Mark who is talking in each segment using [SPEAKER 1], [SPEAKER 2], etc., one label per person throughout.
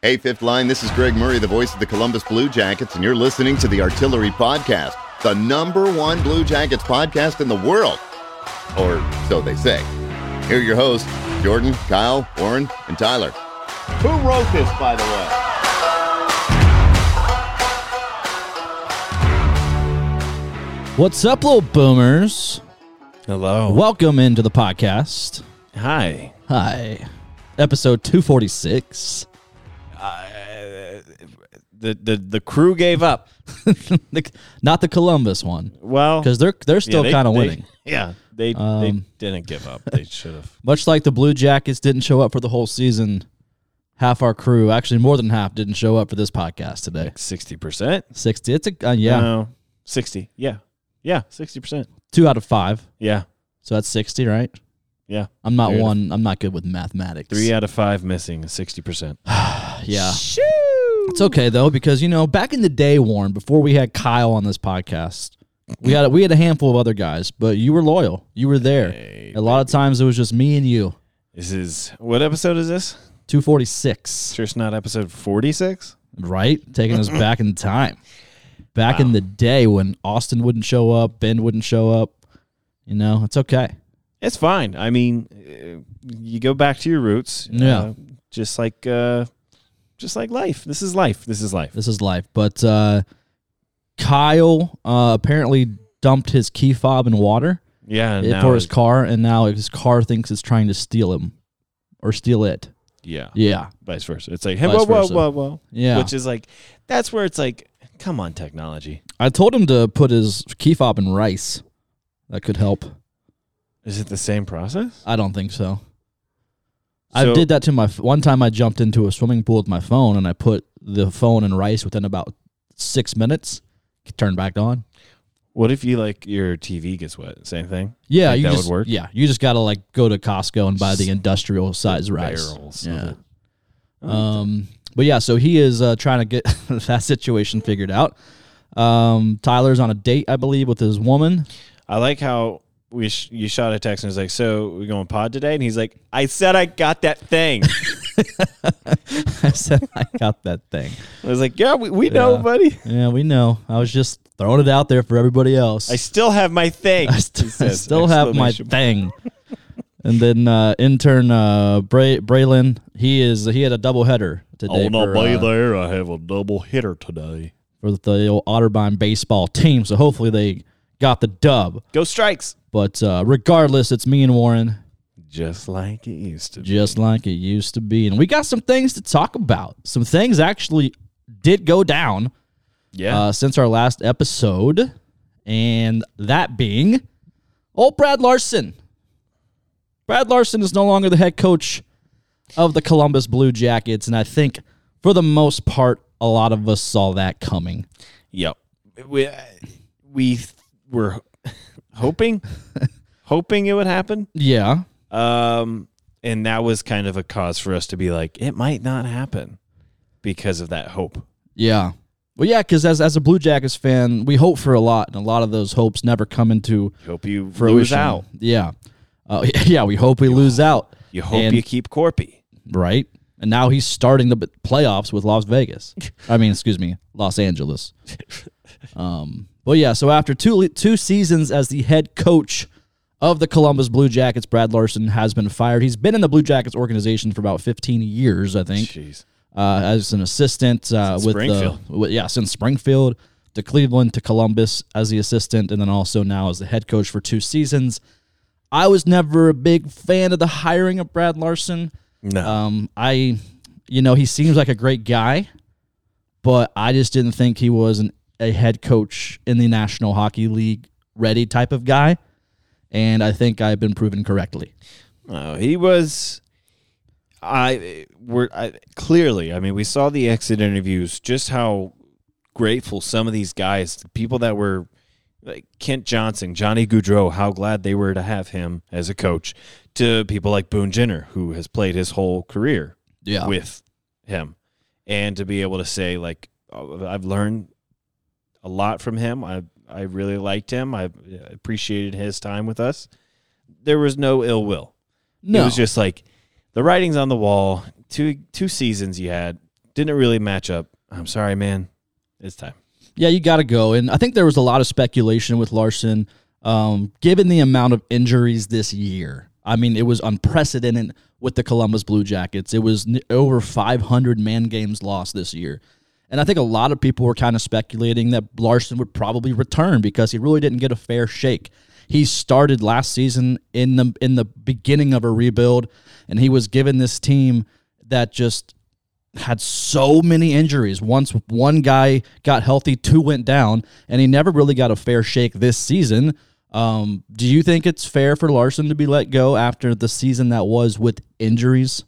[SPEAKER 1] Hey, Fifth Line, this is Greg Murray, the voice of the Columbus Blue Jackets, and you're listening to the Artillery Podcast, the number one Blue Jackets podcast in the world. Or so they say. Here are your hosts, Jordan, Kyle, Warren, and Tyler. Who wrote this, by the way?
[SPEAKER 2] What's up, little boomers?
[SPEAKER 3] Hello.
[SPEAKER 2] Welcome into the podcast.
[SPEAKER 3] Hi.
[SPEAKER 2] Hi. Episode 246.
[SPEAKER 3] The, the the crew gave up.
[SPEAKER 2] The- Not the Columbus one,
[SPEAKER 3] Well,
[SPEAKER 2] because they're they're
[SPEAKER 3] yeah,
[SPEAKER 2] still
[SPEAKER 3] they-
[SPEAKER 2] kind of
[SPEAKER 3] they-
[SPEAKER 2] winning. Um,
[SPEAKER 3] Yeah, they they didn't give up. They should have.
[SPEAKER 2] Much like the Blue Jackets didn't show up for the whole season, half our crew, actually more than half, didn't show up for this podcast today.
[SPEAKER 3] Sixty percent.
[SPEAKER 2] 60. It's a, uh, yeah,
[SPEAKER 3] No, sixty. Yeah, yeah, sixty percent.
[SPEAKER 2] two out of five.
[SPEAKER 3] Yeah,
[SPEAKER 2] So that's 60, right?
[SPEAKER 3] yeah.
[SPEAKER 2] I'm not
[SPEAKER 3] Three out of-
[SPEAKER 2] one, I'm not good with mathematics.
[SPEAKER 3] Three out of five missing. Sixty percent.
[SPEAKER 2] Yeah. It's okay though because you know back in the day, Warren, before we had Kyle on this podcast, we had we had a handful of other guys, but you were loyal. You were there. a lot of times it was just me and you.
[SPEAKER 3] This is what episode is this?
[SPEAKER 2] Two forty six,
[SPEAKER 3] Sure, it's not episode forty-six.
[SPEAKER 2] right? Taking us back in time, back in the day when Austin wouldn't show up, Ben wouldn't show up. You know, it's okay.
[SPEAKER 3] It's fine. I mean, uh, you go back to your roots.
[SPEAKER 2] Yeah.
[SPEAKER 3] uh, just like uh, just like life. This is life. This is life.
[SPEAKER 2] This is life. But uh, Kyle uh, apparently dumped his key fob in water.
[SPEAKER 3] Yeah.
[SPEAKER 2] it
[SPEAKER 3] now
[SPEAKER 2] for his
[SPEAKER 3] it-
[SPEAKER 2] car, and now his car thinks it's trying to steal him or steal it.
[SPEAKER 3] Yeah.
[SPEAKER 2] Yeah,
[SPEAKER 3] vice versa. It's like, hey,
[SPEAKER 2] Vice
[SPEAKER 3] whoa, whoa,
[SPEAKER 2] versa.
[SPEAKER 3] whoa, whoa.
[SPEAKER 2] Yeah.
[SPEAKER 3] Which is like, that's where it's like, come on, technology.
[SPEAKER 2] I told him to put his key fob in rice. That could help.
[SPEAKER 3] Is it the same process?
[SPEAKER 2] I don't think so. I
[SPEAKER 3] So-
[SPEAKER 2] did that to my one time. I jumped into a swimming pool with my phone, and I put the phone in rice within about six minutes. It Turned back on.
[SPEAKER 3] What if you like your TV gets wet? Same thing.
[SPEAKER 2] Yeah,
[SPEAKER 3] Think
[SPEAKER 2] you
[SPEAKER 3] that would
[SPEAKER 2] just
[SPEAKER 3] work?
[SPEAKER 2] yeah, you just gotta like go to Costco and buy the industrial size rice.
[SPEAKER 3] Barrels. of
[SPEAKER 2] Yeah.
[SPEAKER 3] it. Oh.
[SPEAKER 2] Um, but yeah, so he is uh, trying to get that situation figured out. Um, Tyler's on a date, I believe, with his woman.
[SPEAKER 3] I like how we sh- you shot a text and it's like, so we going pod today? And he's like, I said I got that thing.
[SPEAKER 2] I said I got that thing.
[SPEAKER 3] I was like, yeah, we, we know,
[SPEAKER 2] Yeah.
[SPEAKER 3] buddy.
[SPEAKER 2] Yeah, we know. I was just throwing it out there for everybody else.
[SPEAKER 3] I still have my thing.
[SPEAKER 2] I st-
[SPEAKER 3] he
[SPEAKER 2] I
[SPEAKER 3] says,
[SPEAKER 2] still have my
[SPEAKER 3] exclamation point.
[SPEAKER 2] thing. and then uh, intern uh, Bray- Braylon, he is he had a double header
[SPEAKER 3] Oh,
[SPEAKER 2] today for, uh,
[SPEAKER 3] there. I have a double hitter today.
[SPEAKER 2] for the old Otterbein baseball team. So hopefully they got the dub.
[SPEAKER 3] Go strikes.
[SPEAKER 2] But uh, regardless, it's me and Warren.
[SPEAKER 3] Just like it used to be.
[SPEAKER 2] just like it used to be. And we got some things to talk about. Some things actually did go down
[SPEAKER 3] Yeah.
[SPEAKER 2] uh, since our last episode, and that being old Brad Larson. Brad Larson is no longer the head coach of the Columbus Blue Jackets, and I think for the most part, a lot of us saw that coming.
[SPEAKER 3] Yep. We uh, we th- were hoping hoping it would happen.
[SPEAKER 2] Yeah,
[SPEAKER 3] Um and that was kind of a cause for us to be like it might not happen because of that hope.
[SPEAKER 2] Yeah. Well, yeah, because as, as a Blue Jackets fan, we hope for a lot, and a lot of those hopes never come into
[SPEAKER 3] You hope you lose
[SPEAKER 2] fruition.
[SPEAKER 3] out.
[SPEAKER 2] Yeah. Uh, yeah, we hope we lose out,
[SPEAKER 3] You hope
[SPEAKER 2] And-
[SPEAKER 3] you keep Corpy.
[SPEAKER 2] right? And now he's starting the b- playoffs with Las Vegas. I mean, excuse me, Los Angeles. Um, but yeah, so after two le- two seasons as the head coach of the Columbus Blue Jackets, Brad Larson has been fired. He's been in the Blue Jackets organization for about 15 years, I think
[SPEAKER 3] Jeez.
[SPEAKER 2] uh, as an assistant uh, with the
[SPEAKER 3] Springfield.
[SPEAKER 2] with, yeah since Springfield to Cleveland to Columbus as the assistant, and then also now as the head coach for two seasons. I was never a big fan of the hiring of Brad Larson.
[SPEAKER 3] No.
[SPEAKER 2] Um, I, you know, he seems like a great guy, but I just didn't think he was an, a head coach in the National Hockey League ready type of guy. And I think I've been proven correctly.
[SPEAKER 3] No, Uh, he was. I were I, clearly. I mean, we saw the exit interviews. Just how grateful some of these guys, the people that were like Kent Johnson, Johnny Goudreau, how glad they were to have him as a coach. To people like Boone Jenner, who has played his whole career
[SPEAKER 2] Yeah.
[SPEAKER 3] with him, and to be able to say like, "Oh, I've learned a lot from him. I I really liked him. I appreciated his time with us. There was no ill will.
[SPEAKER 2] No.
[SPEAKER 3] It was just like the writing's on the wall. Two two seasons you had. Didn't really match up. I'm sorry, man. It's time.
[SPEAKER 2] Yeah, you got to go. And I think there was a lot of speculation with Larson, um, given the amount of injuries this year. I mean, it was unprecedented with the Columbus Blue Jackets. It was n- over 500 man games lost this year. And I think a lot of people were kind of speculating that Larson would probably return because he really didn't get a fair shake. He started last season in the in the beginning of a rebuild, and he was given this team that just had so many injuries. Once one guy got healthy, two went down, and he never really got a fair shake this season. Um, do you think it's fair for Larson to be let go after the season that was with injuries?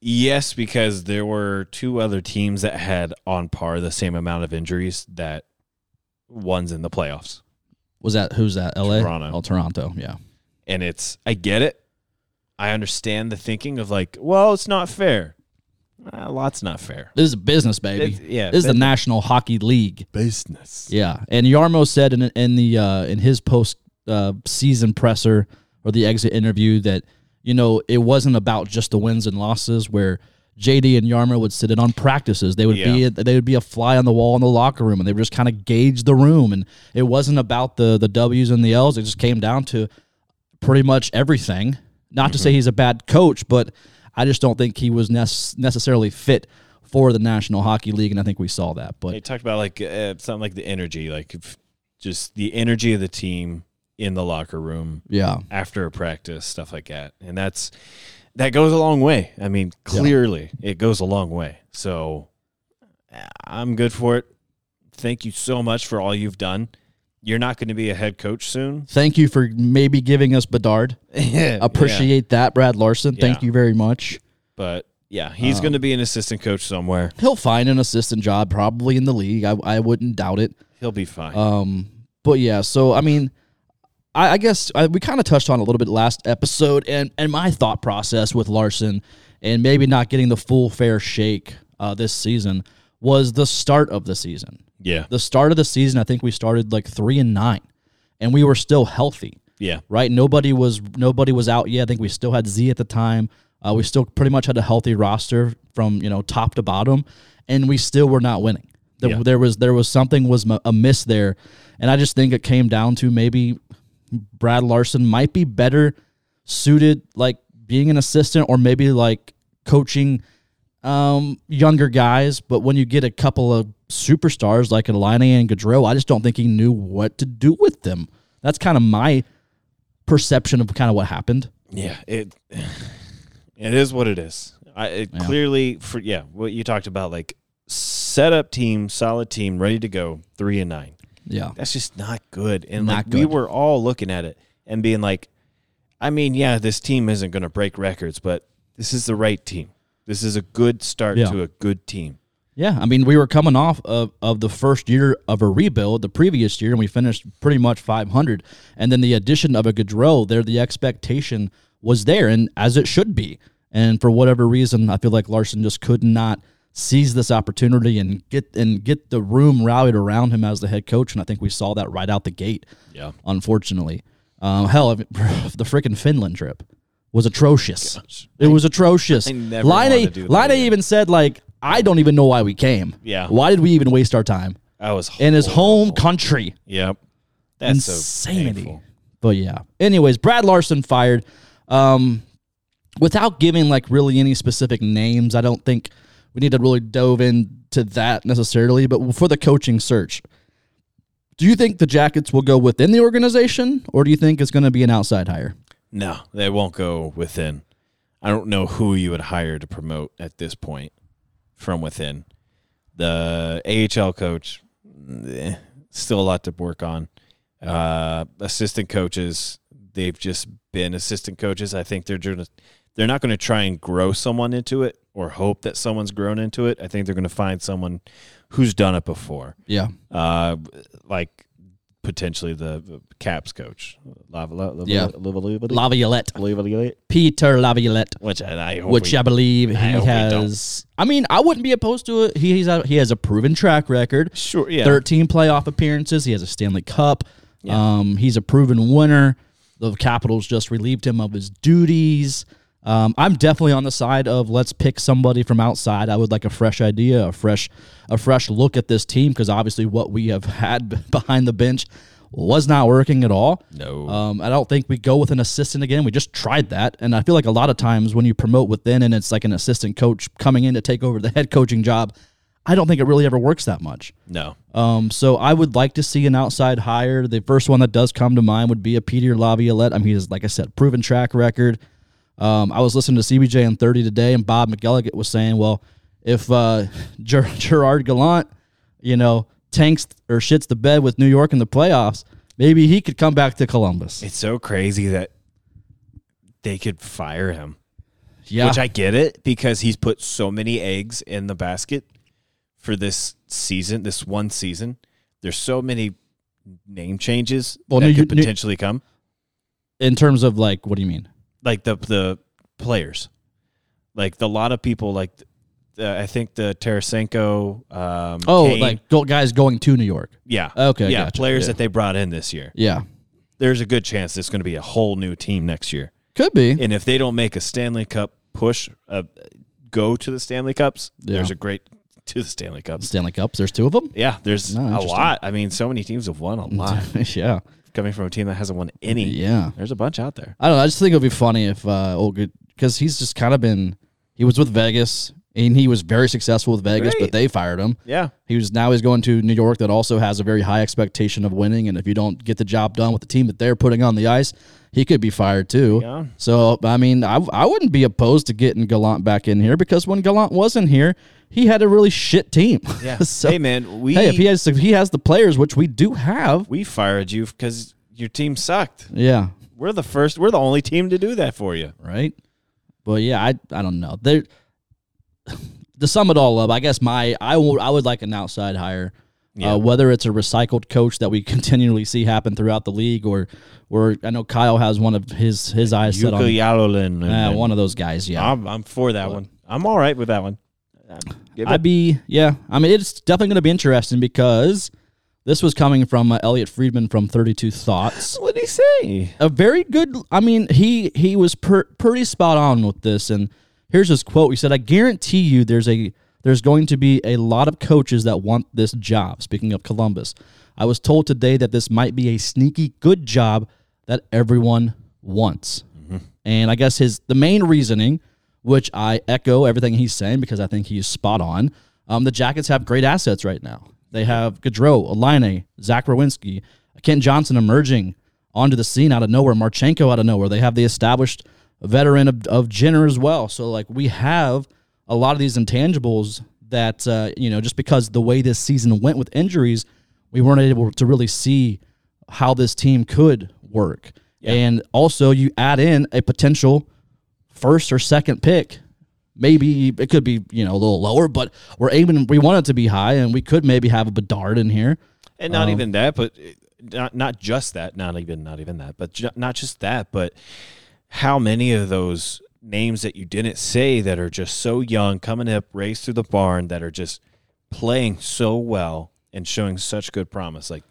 [SPEAKER 3] Yes, because there were two other teams that had on par the same amount of injuries that one's in the playoffs.
[SPEAKER 2] Was that who's that? LA?
[SPEAKER 3] Toronto.
[SPEAKER 2] Oh, Toronto. Yeah.
[SPEAKER 3] And it's I get it. I understand the thinking of like, well, it's not fair. Uh, lots not fair.
[SPEAKER 2] This is business, baby.
[SPEAKER 3] It's- yeah,
[SPEAKER 2] This is the
[SPEAKER 3] business.
[SPEAKER 2] National Hockey League.
[SPEAKER 3] Business.
[SPEAKER 2] Yeah, and Yarmo said in in the uh, in his post uh, season presser or the exit interview that you know it wasn't about just the wins and losses where. JD and Yarmo would sit in on practices. They would be
[SPEAKER 3] Yeah.
[SPEAKER 2] they would be a fly on the wall in the locker room, and they would just kind of gauge the room. And it wasn't about the the W's and the L's. It just came down to pretty much everything. Not to say he's a bad coach, but I just don't think he was nec- necessarily fit for the National Hockey League, and I think we saw that. But
[SPEAKER 3] They talked about like uh, something like the energy, like if- just the energy of the team in the locker room
[SPEAKER 2] yeah,
[SPEAKER 3] after a practice, stuff like that. And that's that goes a long way. I mean, clearly it goes a long way. So I'm good for it. Thank you so much for all you've done. You're not going to be a head coach soon.
[SPEAKER 2] Thank you for maybe giving us Bedard.
[SPEAKER 3] Yeah.
[SPEAKER 2] Appreciate that, Brad Larson. Thank
[SPEAKER 3] Yeah.
[SPEAKER 2] you very much.
[SPEAKER 3] But yeah, he's
[SPEAKER 2] Um,
[SPEAKER 3] going to be an assistant coach somewhere.
[SPEAKER 2] He'll find an assistant job probably in the league. I, I wouldn't doubt it.
[SPEAKER 3] He'll be fine.
[SPEAKER 2] Um, but yeah, so I mean, I, I guess I, we kind of touched on it a little bit last episode, and and my thought process with Larson and maybe not getting the full fair shake uh, this season was the start of the season.
[SPEAKER 3] yeah.
[SPEAKER 2] The start of the season, I think we started like three and nine, and we were still healthy.
[SPEAKER 3] Yeah.
[SPEAKER 2] right? Nobody was nobody was out yet. I think we still had Z at the time. Uh, we still pretty much had a healthy roster from you know top to bottom, and we still were not winning. There,
[SPEAKER 3] Yeah.
[SPEAKER 2] there was there was something was m- amiss there, and I just think it came down to maybe Brad Larson might be better suited like being an assistant or maybe like coaching um, younger guys. But when you get a couple of superstars like Alani and Gaudreau, I just don't think he knew what to do with them. That's kind of my perception of kind of what happened.
[SPEAKER 3] Yeah, it it is what it is. I it clearly for yeah, what you talked about like set up team, solid team, ready to go, 3 and 9.
[SPEAKER 2] Yeah.
[SPEAKER 3] That's just not good. And
[SPEAKER 2] Not
[SPEAKER 3] like we
[SPEAKER 2] good.
[SPEAKER 3] were all looking at it and being like I mean, yeah, this team isn't going to break records, but this is the right team. This is a good start
[SPEAKER 2] Yeah.
[SPEAKER 3] to a good team.
[SPEAKER 2] Yeah. I mean, we were coming off of, of the first year of a rebuild the previous year, and we finished pretty much 500. And then the addition of a Gaudreau, there, the expectation was there, and as it should be. And for whatever reason, I feel like Larson just could not seize this opportunity and get and get the room rallied around him as the head coach. And I think we saw that right out the gate.
[SPEAKER 3] Yeah.
[SPEAKER 2] unfortunately. Um, hell, I mean, the freaking Finland trip was atrocious. It was atrocious.
[SPEAKER 3] I never wanna do
[SPEAKER 2] Line
[SPEAKER 3] that
[SPEAKER 2] Line
[SPEAKER 3] again.
[SPEAKER 2] even said like, "I don't even know why we came.
[SPEAKER 3] Yeah. Oh.
[SPEAKER 2] why did we even waste our time
[SPEAKER 3] I was
[SPEAKER 2] in his
[SPEAKER 3] horrible.
[SPEAKER 2] home country?
[SPEAKER 3] Yep. That's so
[SPEAKER 2] Insanity."
[SPEAKER 3] painful.
[SPEAKER 2] but yeah. Anyways, Brad Larson fired. Um, without giving like really any specific names, I don't think we need to really dove into that necessarily. But for the coaching search, do you think the Jackets will go within the organization, or do you think it's going to be an outside hire?
[SPEAKER 3] No, they won't go within. I don't know who you would hire to promote at this point from within. The AHL coach, eh, still a lot to work on. Uh, assistant coaches, they've just been assistant coaches. I think they're gonna, they're not going to try and grow someone into it or hope that someone's grown into it. I think they're going to find someone who's done it before
[SPEAKER 2] Yeah,
[SPEAKER 3] uh, like potentially the, the Caps coach, Lava, Lava,
[SPEAKER 2] Yeah.
[SPEAKER 3] Lava,
[SPEAKER 2] Laviolette,
[SPEAKER 3] Lava,
[SPEAKER 2] Peter Laviolette,
[SPEAKER 3] which and I hope
[SPEAKER 2] which
[SPEAKER 3] we,
[SPEAKER 2] I believe he
[SPEAKER 3] hope we don't.
[SPEAKER 2] has. I mean, I wouldn't be opposed to it. He, he's a, he has a proven track record.
[SPEAKER 3] sure yeah
[SPEAKER 2] 13 playoff appearances. He has a Stanley Cup.
[SPEAKER 3] Yeah.
[SPEAKER 2] Um, he's a proven winner. The Capitals just relieved him of his duties. Um, I'm definitely on the side of let's pick somebody from outside. I would like a fresh idea, a fresh, a fresh look at this team because obviously what we have had behind the bench was not working at all.
[SPEAKER 3] No.
[SPEAKER 2] Um, I don't think we go with an assistant again. We just tried that, and I feel like a lot of times when you promote within and it's like an assistant coach coming in to take over the head coaching job, I don't think it really ever works that much.
[SPEAKER 3] No.
[SPEAKER 2] Um, so I would like to see an outside hire. The first one that does come to mind would be a Peter Laviolette. I mean, he's like I said, proven track record. Um, I was listening to CBJ and 30 today, and Bob McGilligan was saying, well, if uh, Ger- Gerard Gallant, you know, tanks or shits the bed with New York in the playoffs, maybe he could come back to Columbus.
[SPEAKER 3] It's so crazy that they could fire him.
[SPEAKER 2] Yeah,
[SPEAKER 3] Which I get it because he's put so many eggs in the basket for this season, this one season. There's so many name changes
[SPEAKER 2] Well,
[SPEAKER 3] that
[SPEAKER 2] New-
[SPEAKER 3] could
[SPEAKER 2] New-
[SPEAKER 3] potentially come.
[SPEAKER 2] in terms of like, what do you mean?
[SPEAKER 3] Like the the players. Like the lot of people like uh, I think the Tarasenko um
[SPEAKER 2] Oh,
[SPEAKER 3] Kane-
[SPEAKER 2] like go- guys going to New York.
[SPEAKER 3] yeah.
[SPEAKER 2] Okay,
[SPEAKER 3] Yeah,
[SPEAKER 2] gotcha.
[SPEAKER 3] players
[SPEAKER 2] Yeah.
[SPEAKER 3] that they brought in this year.
[SPEAKER 2] Yeah,
[SPEAKER 3] There's a good chance it's going to be a whole new team next year.
[SPEAKER 2] could be.
[SPEAKER 3] And if they don't make a Stanley Cup push, uh, go to the Stanley Cups,
[SPEAKER 2] Yeah.
[SPEAKER 3] there's a great to the Stanley Cups.
[SPEAKER 2] Stanley Cups. There's two of them.
[SPEAKER 3] Yeah, there's
[SPEAKER 2] No,
[SPEAKER 3] a
[SPEAKER 2] interesting.
[SPEAKER 3] lot. I mean, so many teams have won a lot.
[SPEAKER 2] yeah,
[SPEAKER 3] Coming from a team that hasn't won any,
[SPEAKER 2] yeah.
[SPEAKER 3] there's a bunch out there.
[SPEAKER 2] I don't know. I just think it would be funny if uh, old good because he's just kind of been. He was with Vegas and he was very successful with Vegas,
[SPEAKER 3] Right.
[SPEAKER 2] but they fired him.
[SPEAKER 3] Yeah,
[SPEAKER 2] He was now he's going to New York that also has a very high expectation of winning, and if you don't get the job done with the team that they're putting on the ice, he could be fired too.
[SPEAKER 3] Yeah.
[SPEAKER 2] So I mean, I I wouldn't be opposed to getting Gallant back in here because when Gallant was in here, he had a really shit team.
[SPEAKER 3] yeah.
[SPEAKER 2] so,
[SPEAKER 3] hey, man, we
[SPEAKER 2] hey, if he has if he has the players, which we do have,
[SPEAKER 3] we fired you because your team sucked.
[SPEAKER 2] yeah,
[SPEAKER 3] We're the first. We're the only team to do that for you.
[SPEAKER 2] right? But yeah, I I don't know. There, to sum it all up, I guess my I would I would like an outside hire,
[SPEAKER 3] Yeah.
[SPEAKER 2] uh, whether it's a recycled coach that we continually see happen throughout the league, or or I know Kyle has one of his his eyes set
[SPEAKER 3] Yuka
[SPEAKER 2] on
[SPEAKER 3] Yalolin.
[SPEAKER 2] uh, one of those guys. Yeah,
[SPEAKER 3] I'm, I'm for that one. I'm all right with that one. Give it-
[SPEAKER 2] I'd be yeah. I mean, it's definitely going to be interesting because this was coming from uh, Elliot Friedman from Thirty Two Thoughts.
[SPEAKER 3] What'd he say?
[SPEAKER 2] a very good i mean he he was per, pretty spot on with this and here's his quote he said i guarantee you there's a there's going to be a lot of coaches that want this job speaking of columbus i was told today that this might be a sneaky good job that everyone wants and i guess his the main reasoning which i echo everything he's saying because i think he's spot on um, the jackets have great assets right now they have gaudreau Aline, zach rowinski ken johnson emerging onto the scene out of nowhere. Marchenko out of nowhere. They have the established veteran of, of Jenner as well. So like we have a lot of these intangibles that uh, you know just because the way this season went with injuries, we weren't able to really see how this team could work. And also you add in a potential first or second pick. Maybe it could be you know a little lower, but we're aiming. We want it to be high, and we could maybe have a Bedard in here.
[SPEAKER 3] and not even that, but it- not not just that, not even not even that, but ju- not just that, but how many of those names that you didn't say that are just so young, coming up, raised through the barn, that are just playing so well and showing such good promise, like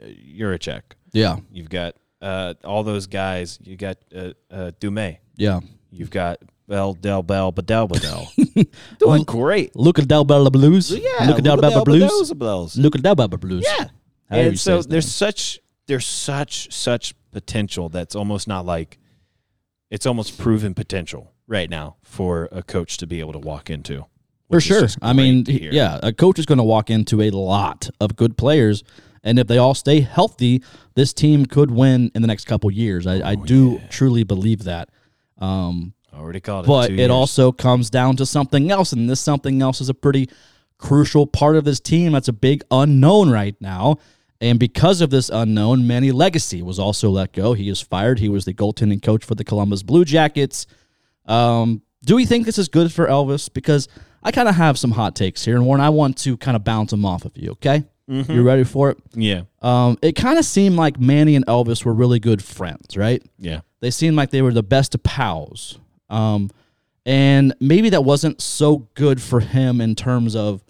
[SPEAKER 3] uh, Juracek.
[SPEAKER 2] Yeah,
[SPEAKER 3] You've got uh, all those guys. You got uh, uh, Dume.
[SPEAKER 2] yeah.
[SPEAKER 3] You've got Bell Del Bell Bedell Bedell. Doing great.
[SPEAKER 2] Luca Del Bella Blues.
[SPEAKER 3] Yeah.
[SPEAKER 2] Luca Del Bella Blues.
[SPEAKER 3] Blues.
[SPEAKER 2] Luca Del Bella Blues.
[SPEAKER 3] Yeah.
[SPEAKER 2] How do you
[SPEAKER 3] and
[SPEAKER 2] say
[SPEAKER 3] so
[SPEAKER 2] his name?
[SPEAKER 3] there's such there's such such potential that's almost not like it's almost proven potential right now for a coach to be able to walk into.
[SPEAKER 2] for
[SPEAKER 3] which is
[SPEAKER 2] sure.
[SPEAKER 3] just
[SPEAKER 2] I mean,
[SPEAKER 3] great to hear.
[SPEAKER 2] yeah, a coach is going to walk into a lot of good players, and if they all stay healthy, this team could win in the next couple years. I,
[SPEAKER 3] Oh,
[SPEAKER 2] I do truly believe that. Um,
[SPEAKER 3] already called it.
[SPEAKER 2] but
[SPEAKER 3] two
[SPEAKER 2] it
[SPEAKER 3] years.
[SPEAKER 2] also comes down to something else, and this something else is a pretty crucial part of this team. That's a big unknown right now. And because of this unknown, Manny Legacy was also let go. He is fired. He was the goaltending coach for the Columbus Blue Jackets. Um, do we think this is good for Elvis? Because I kind of have some hot takes here, and Warren, I want to kind of bounce them off of you. Okay,
[SPEAKER 3] Mm-hmm.
[SPEAKER 2] you ready for it?
[SPEAKER 3] yeah
[SPEAKER 2] Um, it kind of seemed like Manny and Elvis were really good friends, right?
[SPEAKER 3] yeah
[SPEAKER 2] They seemed like they were the best of pals. Um, and maybe that wasn't so good for him in terms of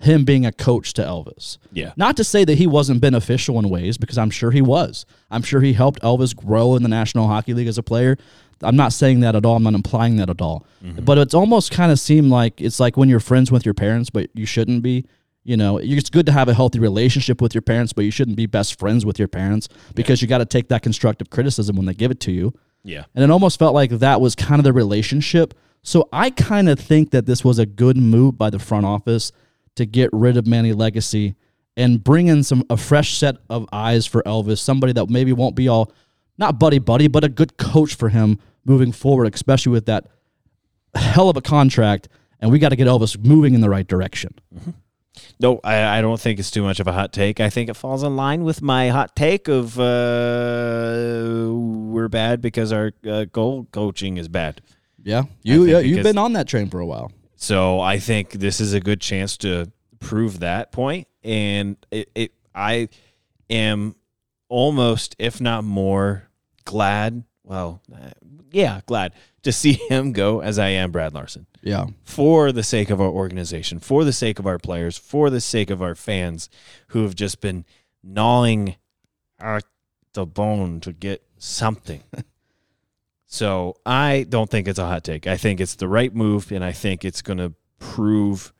[SPEAKER 2] him being a coach to Elvis.
[SPEAKER 3] Yeah.
[SPEAKER 2] Not to say that he wasn't beneficial in ways, because I'm sure he was. I'm sure he helped Elvis grow in the National Hockey League as a player. I'm not saying that at all. I'm not implying that at all. But it's almost kind of seemed like it's like when you're friends with your parents, but you shouldn't be. You know, it's good to have a healthy relationship with your parents, but you shouldn't be best friends with your parents because you got to take that constructive criticism when they give it to you.
[SPEAKER 3] Yeah.
[SPEAKER 2] And it almost felt like that was kind of the relationship. So I kind of think that this was a good move by the front office to get rid of Manny Legacy and bring in some a fresh set of eyes for Elvis, somebody that maybe won't be all not buddy buddy, but a good coach for him moving forward, especially with that hell of a contract. And we got to get Elvis moving in the right direction.
[SPEAKER 3] No, I, I don't think it's too much of a hot take. I think it falls in line with my hot take of uh, we're bad because our uh, goal coaching is bad.
[SPEAKER 2] Yeah, you
[SPEAKER 3] think
[SPEAKER 2] yeah, you've
[SPEAKER 3] because-
[SPEAKER 2] been on that train for a while.
[SPEAKER 3] So I think this is a good chance to prove that point, and it, it I am almost, if not more, glad. Well, uh, yeah, glad to see him go as I am Brad Larson
[SPEAKER 2] Yeah,
[SPEAKER 3] for the sake of our organization, for the sake of our players, for the sake of our fans who have just been gnawing at the bone to get something. so I don't think it's a hot take. I think it's the right move, and I think it's going to prove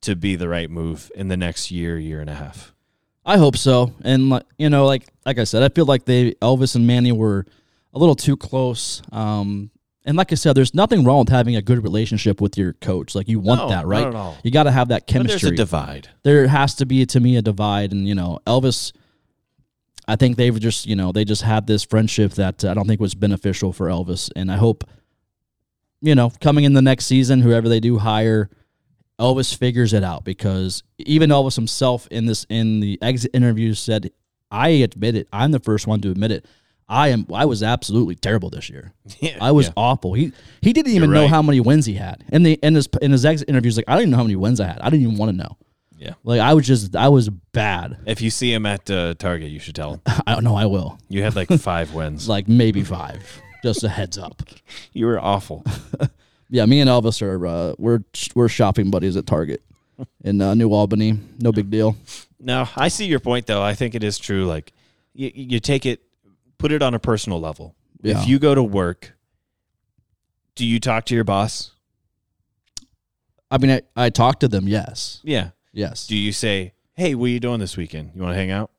[SPEAKER 3] to be the right move in the next year, year and a half.
[SPEAKER 2] I hope so. And like you know, like like I said, I feel like they Elvis and Manny were a little too close. Um, and like I said, there's nothing wrong with having a good relationship with your coach. Like you want
[SPEAKER 3] No,
[SPEAKER 2] that, right?
[SPEAKER 3] not at all.
[SPEAKER 2] You got to have that
[SPEAKER 3] But there's a
[SPEAKER 2] chemistry.
[SPEAKER 3] divide.
[SPEAKER 2] there has to be to me a divide, and you know, Elvis. I think they've just you know they just had this friendship that uh, I don't think was beneficial for Elvis, and I hope you know, coming in the next season, whoever they do hire, Elvis figures it out because even Elvis himself in this in the exit interview said, "I admit it. I'm the first one to admit it. I am. I was absolutely terrible this year.
[SPEAKER 3] Yeah,
[SPEAKER 2] I was awful. He he didn't even know
[SPEAKER 3] right.
[SPEAKER 2] how many wins he had. And the in his in his exit interview, he's like, I didn't know how many wins I had. I didn't even want to know.
[SPEAKER 3] Yeah.
[SPEAKER 2] Like I was just I was bad.
[SPEAKER 3] If you see him at uh, Target, you should tell him.
[SPEAKER 2] I don't know. I will.
[SPEAKER 3] You had like five wins.
[SPEAKER 2] It's like maybe five. Just a heads up.
[SPEAKER 3] You were awful.
[SPEAKER 2] Yeah, me and Elvis are uh, we're we're shopping buddies at Target in uh, New Albany. No big deal.
[SPEAKER 3] No, I see your point though. I think it is true. Like you, you take it, put it on a personal level.
[SPEAKER 2] Yeah.
[SPEAKER 3] If you go to work, do you talk to your boss?
[SPEAKER 2] I mean, I, I talked to them. Yes,
[SPEAKER 3] Yeah.
[SPEAKER 2] yes.
[SPEAKER 3] Do you say, "Hey, what are you doing this weekend? You want to hang out?"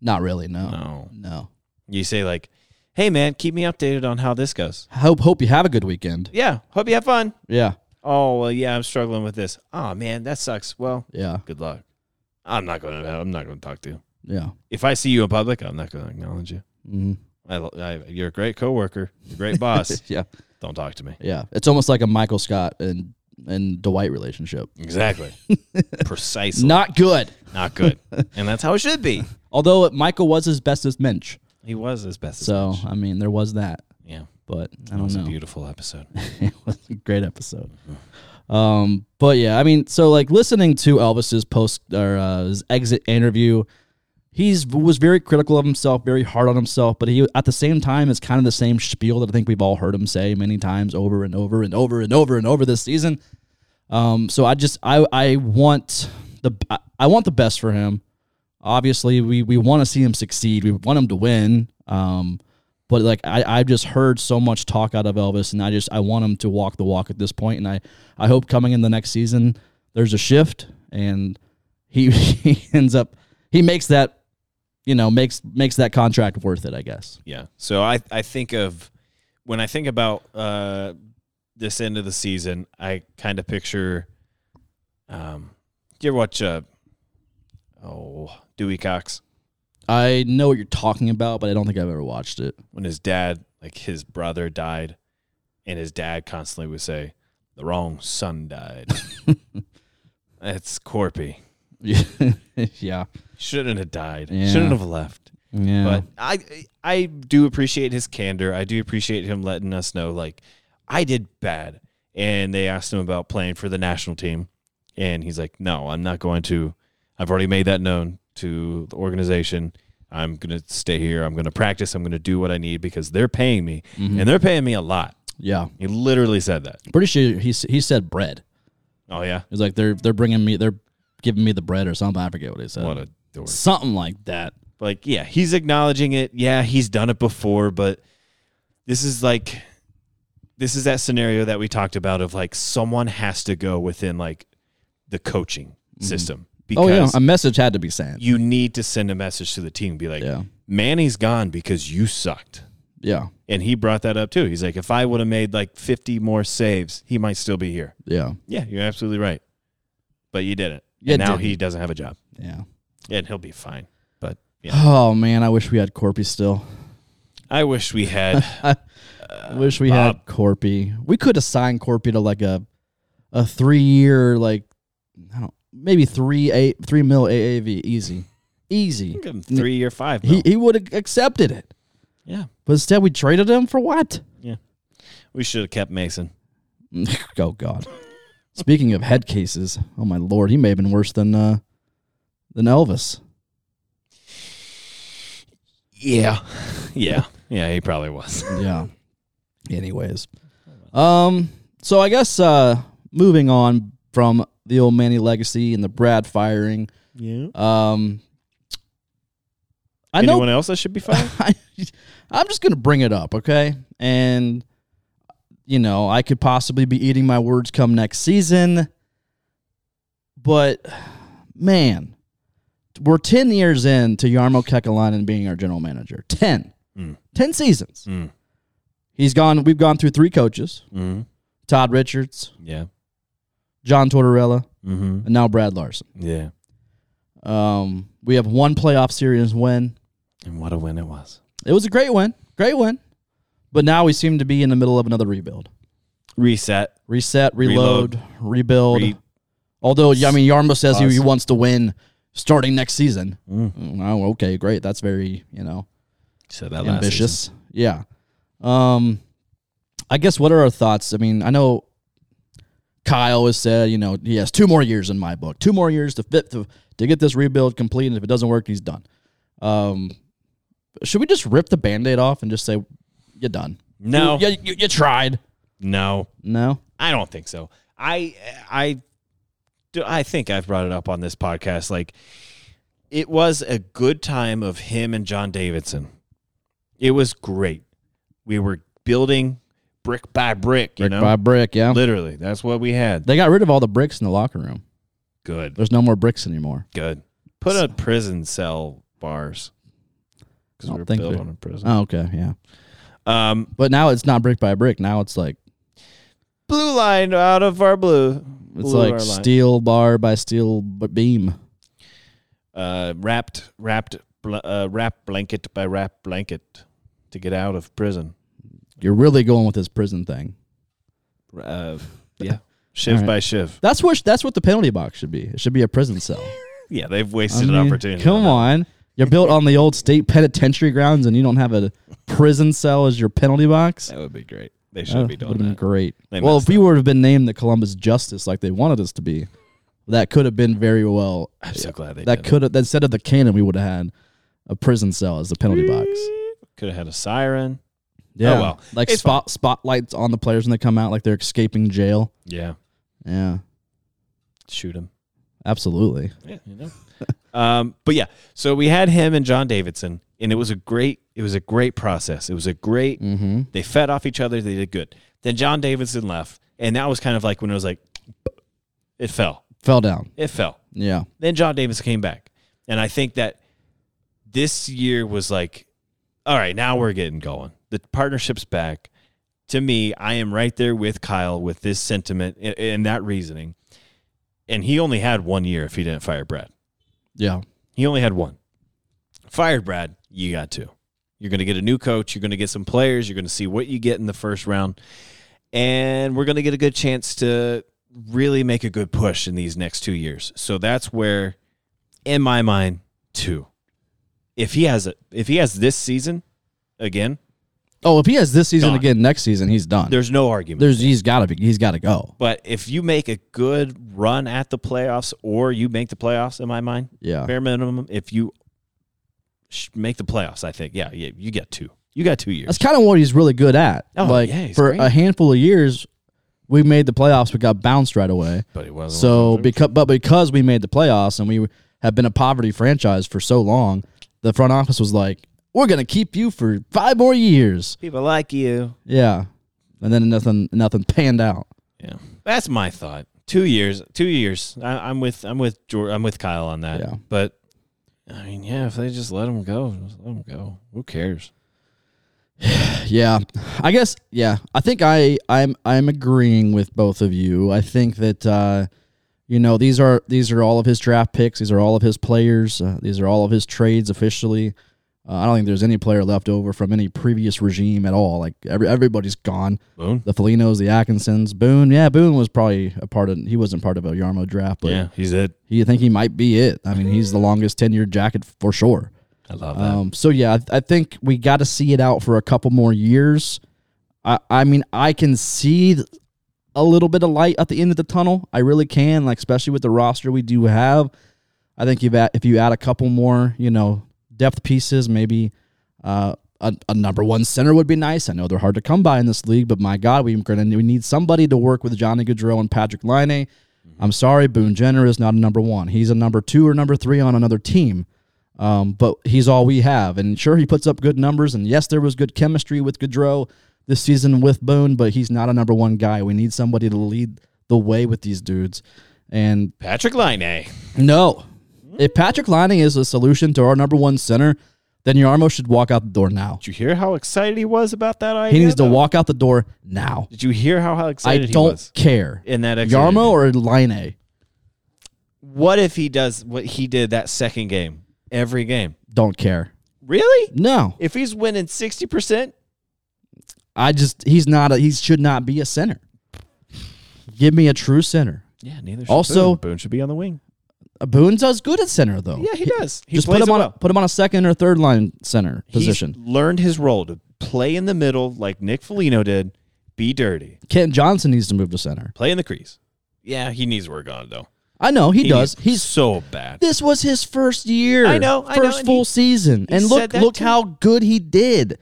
[SPEAKER 2] Not really. No. no,
[SPEAKER 3] No. You say like, "Hey, man, keep me updated on how this goes."
[SPEAKER 2] Hope hope you have a good weekend.
[SPEAKER 3] Yeah. Hope you have fun.
[SPEAKER 2] Yeah,
[SPEAKER 3] Oh well, yeah, I'm struggling with this. Oh man, that sucks. Well,
[SPEAKER 2] yeah,
[SPEAKER 3] good luck. I'm not going to. I'm not going to talk to you.
[SPEAKER 2] yeah.
[SPEAKER 3] If I see you in public, I'm not going to acknowledge you.
[SPEAKER 2] Mhm.
[SPEAKER 3] I, I, you're a great coworker, you're a great boss.
[SPEAKER 2] Yeah,
[SPEAKER 3] Don't talk to me.
[SPEAKER 2] yeah. It's almost like a Michael Scott and and Dwight relationship.
[SPEAKER 3] Exactly. Precisely. Not,
[SPEAKER 2] Not good.
[SPEAKER 3] good. And that's how it should be.
[SPEAKER 2] Although Michael was his bestest mensch,
[SPEAKER 3] He was his best.
[SPEAKER 2] so I mean, there was that.
[SPEAKER 3] yeah,
[SPEAKER 2] But I
[SPEAKER 3] that
[SPEAKER 2] don't
[SPEAKER 3] was a
[SPEAKER 2] know.
[SPEAKER 3] beautiful episode.
[SPEAKER 2] it was a great episode. Um, but yeah, I mean, so like listening to Elvis's post or uh, his exit interview, he's was very critical of himself, very hard on himself. But he at the same time is kind of the same spiel that I think we've all heard him say many times over and over and over and over and over this season. Um, so I just I I want the I- I want the best for him. Obviously, we we want to see him succeed. We want him to win. Um, but like I I've just heard so much talk out of Elvis, and I just I want him to walk the walk at this point. And I I hope coming in the next season there's a shift and he he ends up he makes that you know makes makes that contract worth it. I guess.
[SPEAKER 3] Yeah. So I, I think of when I think about uh, this end of the season, I kind of picture. Um, do you ever watch? Uh, oh, Dewey Cox
[SPEAKER 2] I know what you're talking about, but I don't think I've ever watched it.
[SPEAKER 3] when his dad, like his brother, died, and his dad constantly would say, "The wrong son died." That's Corpy.
[SPEAKER 2] yeah.
[SPEAKER 3] Shouldn't have died.
[SPEAKER 2] Yeah.
[SPEAKER 3] Shouldn't have left.
[SPEAKER 2] Yeah.
[SPEAKER 3] But I I do appreciate his candor. I do appreciate him letting us know like I did bad. And they asked him about playing for the national team and he's like, "No, I'm not going to. I've already made that known to the organization. I'm going to stay here. I'm going to practice. I'm going to do what I need because they're paying me
[SPEAKER 2] Mm-hmm.
[SPEAKER 3] and they're paying me a lot."
[SPEAKER 2] yeah.
[SPEAKER 3] He literally said that.
[SPEAKER 2] Pretty sure he s- he said bread.
[SPEAKER 3] Oh yeah.
[SPEAKER 2] He's like they're they're bringing me they're giving me the bread or something. I forget what he said.
[SPEAKER 3] What a dork.
[SPEAKER 2] something like that.
[SPEAKER 3] Like, yeah, he's acknowledging it. Yeah, he's done it before, but this is like this is that scenario that we talked about of like someone has to go within like the coaching system because
[SPEAKER 2] Oh yeah, a message had to be sent.
[SPEAKER 3] you need to send a message to the team be like,
[SPEAKER 2] Yeah.
[SPEAKER 3] Manny's gone because you sucked.
[SPEAKER 2] Yeah,
[SPEAKER 3] And he brought that up too. He's like, if I would have made like 50 more saves, he might still be here.
[SPEAKER 2] yeah,
[SPEAKER 3] Yeah, you're absolutely right. But you didn't.
[SPEAKER 2] You
[SPEAKER 3] and now
[SPEAKER 2] didn't.
[SPEAKER 3] he doesn't have a job.
[SPEAKER 2] yeah.
[SPEAKER 3] And he'll be fine. But yeah.
[SPEAKER 2] Oh man, I wish we had Corpy still.
[SPEAKER 3] I wish we had
[SPEAKER 2] I wish we had Corpy. We could assign Corpy to like a a three year like I don't maybe three eight three mil AAV easy, easy.
[SPEAKER 3] give him three or five.
[SPEAKER 2] He
[SPEAKER 3] mil.
[SPEAKER 2] he would have accepted it,
[SPEAKER 3] yeah.
[SPEAKER 2] but instead we traded him for what?
[SPEAKER 3] We should have kept Mason.
[SPEAKER 2] oh God. Speaking of head cases, oh my lord, he may have been worse than uh, than Elvis.
[SPEAKER 3] Yeah. Yeah. Yeah, he probably was.
[SPEAKER 2] Yeah. Anyways, um, so I guess uh, moving on from the old Manny legacy and the Brad firing,
[SPEAKER 3] Yeah.
[SPEAKER 2] um, I know
[SPEAKER 3] Anyone else that should be fired?
[SPEAKER 2] I, I'm just going to bring it up, okay? And, you know, I could possibly be eating my words come next season. But, man, we're 10 years into Yarmo Kekalainen being our general manager. 10. 10 seasons.
[SPEAKER 3] Mm.
[SPEAKER 2] He's gone, we've gone through three coaches
[SPEAKER 3] mm-hmm.
[SPEAKER 2] Todd Richards,
[SPEAKER 3] Yeah.
[SPEAKER 2] John Tortorella,
[SPEAKER 3] Mm-hmm.
[SPEAKER 2] and now Brad Larson.
[SPEAKER 3] Yeah.
[SPEAKER 2] Um, we have one playoff series win.
[SPEAKER 3] And what a win it was.
[SPEAKER 2] It was a great win, great win. But now we seem to be in the middle of another rebuild.
[SPEAKER 3] Reset.
[SPEAKER 2] reset, reload, rebuild.
[SPEAKER 3] Re-
[SPEAKER 2] Although I mean, Yarmo says he, he
[SPEAKER 3] Pause.
[SPEAKER 2] wants to win starting next season.
[SPEAKER 3] Mm.
[SPEAKER 2] Mm, Oh, okay, great. That's very you know
[SPEAKER 3] Said that
[SPEAKER 2] ambitious. Yeah. Um, I guess what are our thoughts? I mean, I know Kyle has said you know he has two more years in my book, two more years to fit to, to get this rebuild complete, and if it doesn't work, he's done. Um, should we just rip the band-aid off and just say you're done?
[SPEAKER 3] No.
[SPEAKER 2] you, you, you tried.
[SPEAKER 3] No.
[SPEAKER 2] No,
[SPEAKER 3] I don't think so. I I do I think I've brought it up on this podcast like it was a good time of him and John Davidson. It was great. We were building brick by brick, you
[SPEAKER 2] brick
[SPEAKER 3] know.
[SPEAKER 2] by brick. Yeah,
[SPEAKER 3] Literally. That's what we had.
[SPEAKER 2] They got rid of all the bricks in the locker room.
[SPEAKER 3] Good.
[SPEAKER 2] There's no more bricks anymore.
[SPEAKER 3] Good. Put a prison cell bars. Cuz
[SPEAKER 2] I
[SPEAKER 3] we
[SPEAKER 2] don't
[SPEAKER 3] were
[SPEAKER 2] think
[SPEAKER 3] built
[SPEAKER 2] they're- Uh,
[SPEAKER 3] on a prison.
[SPEAKER 2] Oh, okay, yeah.
[SPEAKER 3] Um
[SPEAKER 2] But now it's not brick by brick. Now it's like
[SPEAKER 3] blue line out of our blue.
[SPEAKER 2] it's
[SPEAKER 3] Blue
[SPEAKER 2] like
[SPEAKER 3] our line.
[SPEAKER 2] steel bar by steel b- beam.
[SPEAKER 3] uh, wrapped wrapped bl- uh, wrap blanket by wrap blanket to get out of prison.
[SPEAKER 2] You're really going with this prison thing.
[SPEAKER 3] Uh, yeah, shiv
[SPEAKER 2] All right.
[SPEAKER 3] by shiv.
[SPEAKER 2] That's what that's what the penalty box should be. It should be a prison cell.
[SPEAKER 3] Yeah, they've
[SPEAKER 2] I
[SPEAKER 3] wasted
[SPEAKER 2] mean,
[SPEAKER 3] an opportunity.
[SPEAKER 2] Come on. You're built on the old state penitentiary grounds, and you don't have a prison cell as your penalty box.
[SPEAKER 3] that would be great. They should
[SPEAKER 2] That
[SPEAKER 3] be
[SPEAKER 2] would
[SPEAKER 3] doing
[SPEAKER 2] have been
[SPEAKER 3] that.
[SPEAKER 2] great.
[SPEAKER 3] They
[SPEAKER 2] well,
[SPEAKER 3] messed
[SPEAKER 2] if we would have been named the Columbus Justice like they wanted us to be, that could have been very well
[SPEAKER 3] I'm so glad they
[SPEAKER 2] that
[SPEAKER 3] that
[SPEAKER 2] could have instead of the cannon we would have had a prison cell as the penalty box
[SPEAKER 3] could have had a siren.
[SPEAKER 2] yeah
[SPEAKER 3] Oh, well.
[SPEAKER 2] like
[SPEAKER 3] It's
[SPEAKER 2] spot spotlights on the players when they come out like they're escaping jail
[SPEAKER 3] Yeah,
[SPEAKER 2] yeah
[SPEAKER 3] shoot him.
[SPEAKER 2] absolutely
[SPEAKER 3] Yeah, you know. um, but yeah, so we had him and John Davidson, and it was a great. It was a great process. It was a great
[SPEAKER 2] mm-hmm
[SPEAKER 3] They fed off each other. They did good. Then John Davidson left, and that was kind of like when it was like, it fell.
[SPEAKER 2] fell down
[SPEAKER 3] It fell.
[SPEAKER 2] yeah
[SPEAKER 3] Then John Davidson came back, and I think that this year was like, all right, now we're getting going. The partnership's back. To me, I am right there with Kyle with this sentiment and, and that reasoning. And he only had one year if he didn't fire Brad.
[SPEAKER 2] yeah
[SPEAKER 3] He only had one. Fired Brad, you got two. You're going to get a new coach. You're going to get some players. You're going to see what you get in the first round. And we're going to get a good chance to really make a good push in these next two years. So that's where, in my mind, two. If he has a, if he has this season again,
[SPEAKER 2] oh if he has this season
[SPEAKER 3] Done.
[SPEAKER 2] again next season he's done
[SPEAKER 3] there's no argument.
[SPEAKER 2] there's he's gotta be he's gotta go
[SPEAKER 3] but if you make a good run at the playoffs or you make the playoffs, in my mind,
[SPEAKER 2] yeah
[SPEAKER 3] bare minimum if you sh- make the playoffs i think yeah, yeah you get two you got two years
[SPEAKER 2] that's kind of what he's really good at
[SPEAKER 3] Oh,
[SPEAKER 2] like
[SPEAKER 3] yeah, he's
[SPEAKER 2] for
[SPEAKER 3] great.
[SPEAKER 2] a handful of years we made the playoffs, we got bounced right away.
[SPEAKER 3] But it wasn't.
[SPEAKER 2] So because but because we made the playoffs and we have been a poverty franchise for so long, the front office was like, "We're gonna keep you for five more years."
[SPEAKER 3] people like you.
[SPEAKER 2] Yeah, and then nothing nothing panned out.
[SPEAKER 3] Yeah, that's my thought. Two years, two years. I, I'm with, I'm with, George, I'm with Kyle on that.
[SPEAKER 2] Yeah.
[SPEAKER 3] But I mean, yeah, if they just let him go, just let him go. Who cares?
[SPEAKER 2] Yeah, I guess. Yeah, I think I I'm I'm agreeing with both of you. I think that uh, you know these are these are all of his draft picks. These are all of his players. Uh, these are all of his trades officially. Uh, I don't think there's any player left over from any previous regime at all. Like every everybody's gone.
[SPEAKER 3] Boone.
[SPEAKER 2] The Felinos, the Atkinsons, Boone. Yeah, Boone was probably a part of. He wasn't part of a Yarmo draft, but
[SPEAKER 3] yeah, he's it.
[SPEAKER 2] he, I think he might be it. I mean, he's the longest tenured jacket for sure.
[SPEAKER 3] I love that.
[SPEAKER 2] Um, so yeah, I, I think we got to see it out for a couple more years. I, I mean, I can see th- a little bit of light at the end of the tunnel. I really can, like especially with the roster we do have. I think you've add, if you add a couple more, you know, depth pieces, maybe uh, a, a number one center would be nice. I know they're hard to come by in this league, but my God, we gonna we need somebody to work with Johnny Gaudreau and Patrick Line. I'm sorry, Boone Jenner is not a number one. He's a number two or number three on another team. Um, but he's all we have. And sure, he puts up good numbers. And yes, there was good chemistry with Gaudreau this season with Boone, but he's not a number one guy. We need somebody to lead the way with these dudes. And
[SPEAKER 3] Patrick Line.
[SPEAKER 2] no, if Patrick Lining is a solution to our number one center, then Yarmo should walk out the door now.
[SPEAKER 3] Did you hear how excited he was about that idea?
[SPEAKER 2] He needs to
[SPEAKER 3] though?
[SPEAKER 2] walk out the door now.
[SPEAKER 3] Did you hear how, how
[SPEAKER 2] I
[SPEAKER 3] excited he
[SPEAKER 2] don't
[SPEAKER 3] was
[SPEAKER 2] care.
[SPEAKER 3] in that exit
[SPEAKER 2] Yarmo
[SPEAKER 3] interview?
[SPEAKER 2] or Line?
[SPEAKER 3] What if he does what he did that second game? Every game.
[SPEAKER 2] Don't care.
[SPEAKER 3] Really?
[SPEAKER 2] No,
[SPEAKER 3] If he's winning sixty percent,
[SPEAKER 2] I just he's not a he should not be a center. Give me a true center.
[SPEAKER 3] yeah. Neither. Should
[SPEAKER 2] Also-
[SPEAKER 3] Boone. Boone should be on the wing.
[SPEAKER 2] Boone does good at center though.
[SPEAKER 3] Yeah, he does. He
[SPEAKER 2] just
[SPEAKER 3] plays
[SPEAKER 2] put him
[SPEAKER 3] it
[SPEAKER 2] on
[SPEAKER 3] well.
[SPEAKER 2] a, put him on a second or third line center position.
[SPEAKER 3] He's learned his role to play in the middle like Nick Foligno did. Be dirty.
[SPEAKER 2] Kent Johnson needs to move to center.
[SPEAKER 3] Play in the crease. Yeah, he needs work on it though.
[SPEAKER 2] I know he, does.
[SPEAKER 3] needs-
[SPEAKER 2] He's
[SPEAKER 3] so bad.
[SPEAKER 2] this was his first year.
[SPEAKER 3] I know, I know,
[SPEAKER 2] first
[SPEAKER 3] and
[SPEAKER 2] full
[SPEAKER 3] he-
[SPEAKER 2] season, and
[SPEAKER 3] said
[SPEAKER 2] look
[SPEAKER 3] that
[SPEAKER 2] look
[SPEAKER 3] too.
[SPEAKER 2] how good he did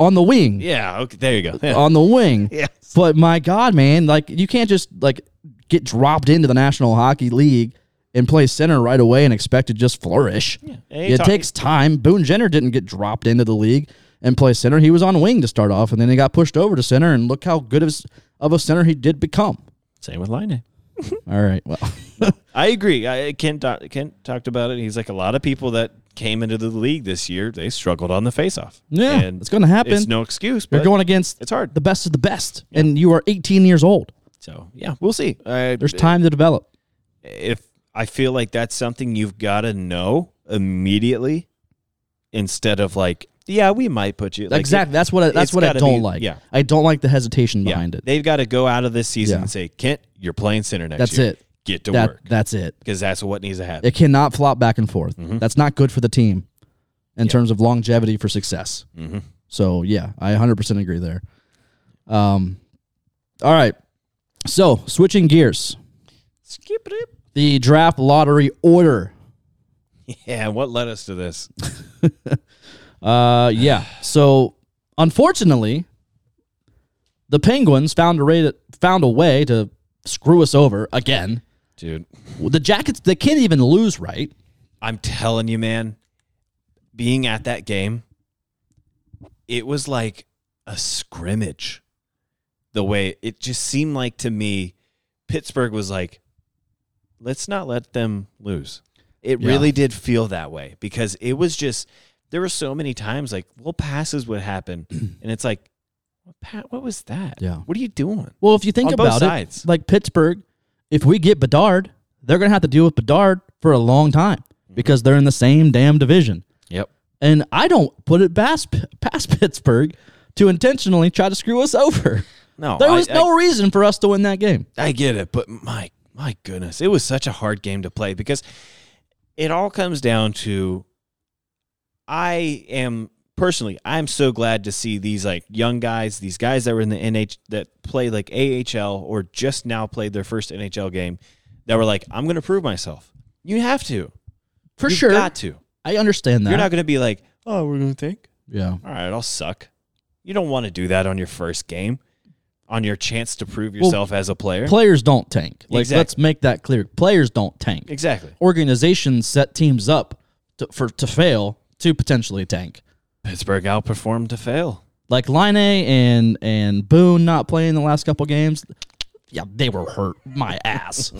[SPEAKER 2] on the wing.
[SPEAKER 3] Yeah. Okay. There you go. Yeah.
[SPEAKER 2] On the wing.
[SPEAKER 3] Yeah.
[SPEAKER 2] But my God, man, like you can't just like get dropped into the National Hockey League and play center right away and expect to just flourish.
[SPEAKER 3] And he
[SPEAKER 2] It
[SPEAKER 3] ta-
[SPEAKER 2] takes time. Boone Jenner didn't get dropped into the league and play center. He was on wing to start off, and then he got pushed over to center. And look how good of, s- of a center he did become.
[SPEAKER 3] Same with Line.
[SPEAKER 2] All right, well,
[SPEAKER 3] I agree. I, Kent, do- Kent talked about it. He's like a lot of people that came into the league this year. They struggled on the faceoff.
[SPEAKER 2] yeah,
[SPEAKER 3] and
[SPEAKER 2] it's going to happen.
[SPEAKER 3] It's no excuse. But
[SPEAKER 2] You're going against
[SPEAKER 3] It's hard.
[SPEAKER 2] the best of the best, and you are 18 years old.
[SPEAKER 3] so yeah, we'll see. I,
[SPEAKER 2] There's time to develop.
[SPEAKER 3] if I feel like that's something you've got to know immediately, instead of like, yeah, we might put you like,
[SPEAKER 2] exactly. That's what I, that's
[SPEAKER 3] it's
[SPEAKER 2] what I
[SPEAKER 3] gotta
[SPEAKER 2] don't
[SPEAKER 3] be-
[SPEAKER 2] like.
[SPEAKER 3] yeah.
[SPEAKER 2] I don't like the hesitation
[SPEAKER 3] Yeah,
[SPEAKER 2] behind it.
[SPEAKER 3] they've got to go out of this season
[SPEAKER 2] Yeah.
[SPEAKER 3] and say, Kent, you're playing center next
[SPEAKER 2] That's
[SPEAKER 3] year.
[SPEAKER 2] it.
[SPEAKER 3] Get to
[SPEAKER 2] That
[SPEAKER 3] work
[SPEAKER 2] that's it.
[SPEAKER 3] because that's what needs to happen.
[SPEAKER 2] It cannot flop back and forth. That's not good for the team in terms of longevity for success. So yeah, I 100% agree there. Um, all right. So switching gears,
[SPEAKER 3] Skip it.
[SPEAKER 2] the draft lottery order.
[SPEAKER 3] Yeah, what led us to this?
[SPEAKER 2] Uh, yeah. So unfortunately, the Penguins found a rate, found a way to screw us over again.
[SPEAKER 3] Dude,
[SPEAKER 2] The Jackets they can't even lose, right?
[SPEAKER 3] I'm telling you, man, being at that game, it was like a scrimmage. The way it just seemed like to me, Pittsburgh was like, let's not let them lose. It
[SPEAKER 2] Yeah.
[SPEAKER 3] really did feel that way because it was just, there were so many times like little passes would happen. and it's like, what, pa- what was that?
[SPEAKER 2] Yeah.
[SPEAKER 3] What are you doing?
[SPEAKER 2] Well, if you think
[SPEAKER 3] On both
[SPEAKER 2] about
[SPEAKER 3] sides.
[SPEAKER 2] it, like Pittsburgh, if we get Bedard, they're going to have to deal with Bedard for a long time
[SPEAKER 3] Mm-hmm.
[SPEAKER 2] because they're in the same damn division.
[SPEAKER 3] Yep.
[SPEAKER 2] And I don't put it past, past Pittsburgh to intentionally try to screw us over.
[SPEAKER 3] No,
[SPEAKER 2] There
[SPEAKER 3] I-
[SPEAKER 2] was
[SPEAKER 3] I-
[SPEAKER 2] no reason for us to win that game.
[SPEAKER 3] I get it, but my my goodness, it was such a hard game to play because it all comes down to I am personally I'm so glad to see these like young guys, these guys that were in the NH that play like AHL or just now played their first NHL game that were like I'm going to prove myself. You have to.
[SPEAKER 2] For
[SPEAKER 3] You've
[SPEAKER 2] sure.
[SPEAKER 3] Got to.
[SPEAKER 2] I understand that.
[SPEAKER 3] You're not going to be like, "Oh, we're going to think."
[SPEAKER 2] yeah.
[SPEAKER 3] All right, I'll suck. You don't want to do that on your first game. on your chance to prove yourself as a player.
[SPEAKER 2] Players don't tank. Like
[SPEAKER 3] Exactly.
[SPEAKER 2] let's make that clear. Players don't tank.
[SPEAKER 3] exactly.
[SPEAKER 2] Organizations set teams up to, for to fail to potentially tank.
[SPEAKER 3] Pittsburgh outperformed to fail.
[SPEAKER 2] Like Line and and Boone not playing the last couple games. Yeah, they were hurt. My ass.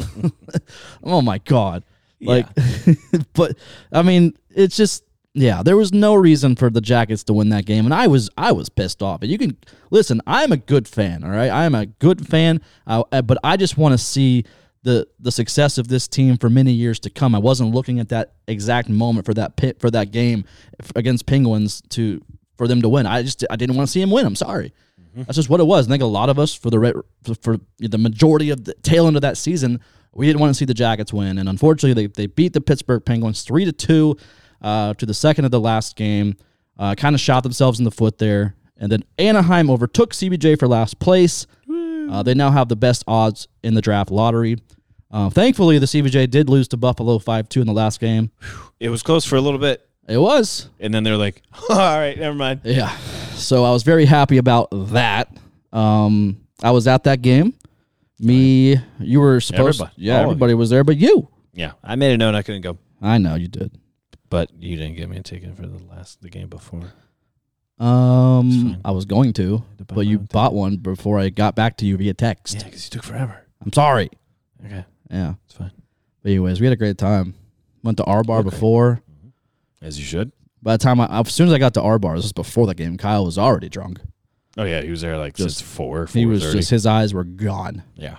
[SPEAKER 2] oh my god. Like, but I mean, it's just yeah. There was no reason for the Jackets to win that game, and I was I was pissed off. And you can listen. I'm a good fan. All right, I am a good fan. I, I- but I just want to see the the success of this team for many years to come. I wasn't looking at that exact moment for that pit for that game f- against Penguins to for them to win. I just I didn't want to see him win. I'm sorry. Mm-hmm. That's just what it was. I think a lot of us, for the re- for, for the majority of the tail end of that season, we didn't want to see the Jackets win, and unfortunately, they, they beat the Pittsburgh Penguins three to two uh, to the second of the last game. Uh, kind of shot themselves in the foot there, and then Anaheim overtook CBJ for last place. Uh, they now have the best odds in the draft lottery. Uh, thankfully, the CBJ did lose to Buffalo five two in the last game.
[SPEAKER 3] It was close for a little bit,
[SPEAKER 2] It was
[SPEAKER 3] and then they're like, "All right, never mind."
[SPEAKER 2] Yeah. So I was very happy about that. Um, I was at that game. Me, you were supposed.
[SPEAKER 3] Everybody.
[SPEAKER 2] Yeah,
[SPEAKER 3] All of
[SPEAKER 2] everybody was there, but you.
[SPEAKER 3] Yeah, I made a note I couldn't go,
[SPEAKER 2] I know you did.
[SPEAKER 3] but you didn't get me a ticket for the last the game before.
[SPEAKER 2] Um, I was going to,
[SPEAKER 3] to buy
[SPEAKER 2] but you
[SPEAKER 3] mine, too.
[SPEAKER 2] bought one before I got back to you via text.
[SPEAKER 3] Yeah, because you took forever.
[SPEAKER 2] I'm sorry.
[SPEAKER 3] Okay,
[SPEAKER 2] Yeah.
[SPEAKER 3] it's fine.
[SPEAKER 2] But anyways, we had a great time. Went to R bar before.
[SPEAKER 3] As you should.
[SPEAKER 2] By the time I, as soon as I got to R bar, this was before the game. Kyle was already drunk.
[SPEAKER 3] Oh yeah, he was there like since four.
[SPEAKER 2] He was
[SPEAKER 3] 4:30.
[SPEAKER 2] just his eyes were gone.
[SPEAKER 3] yeah.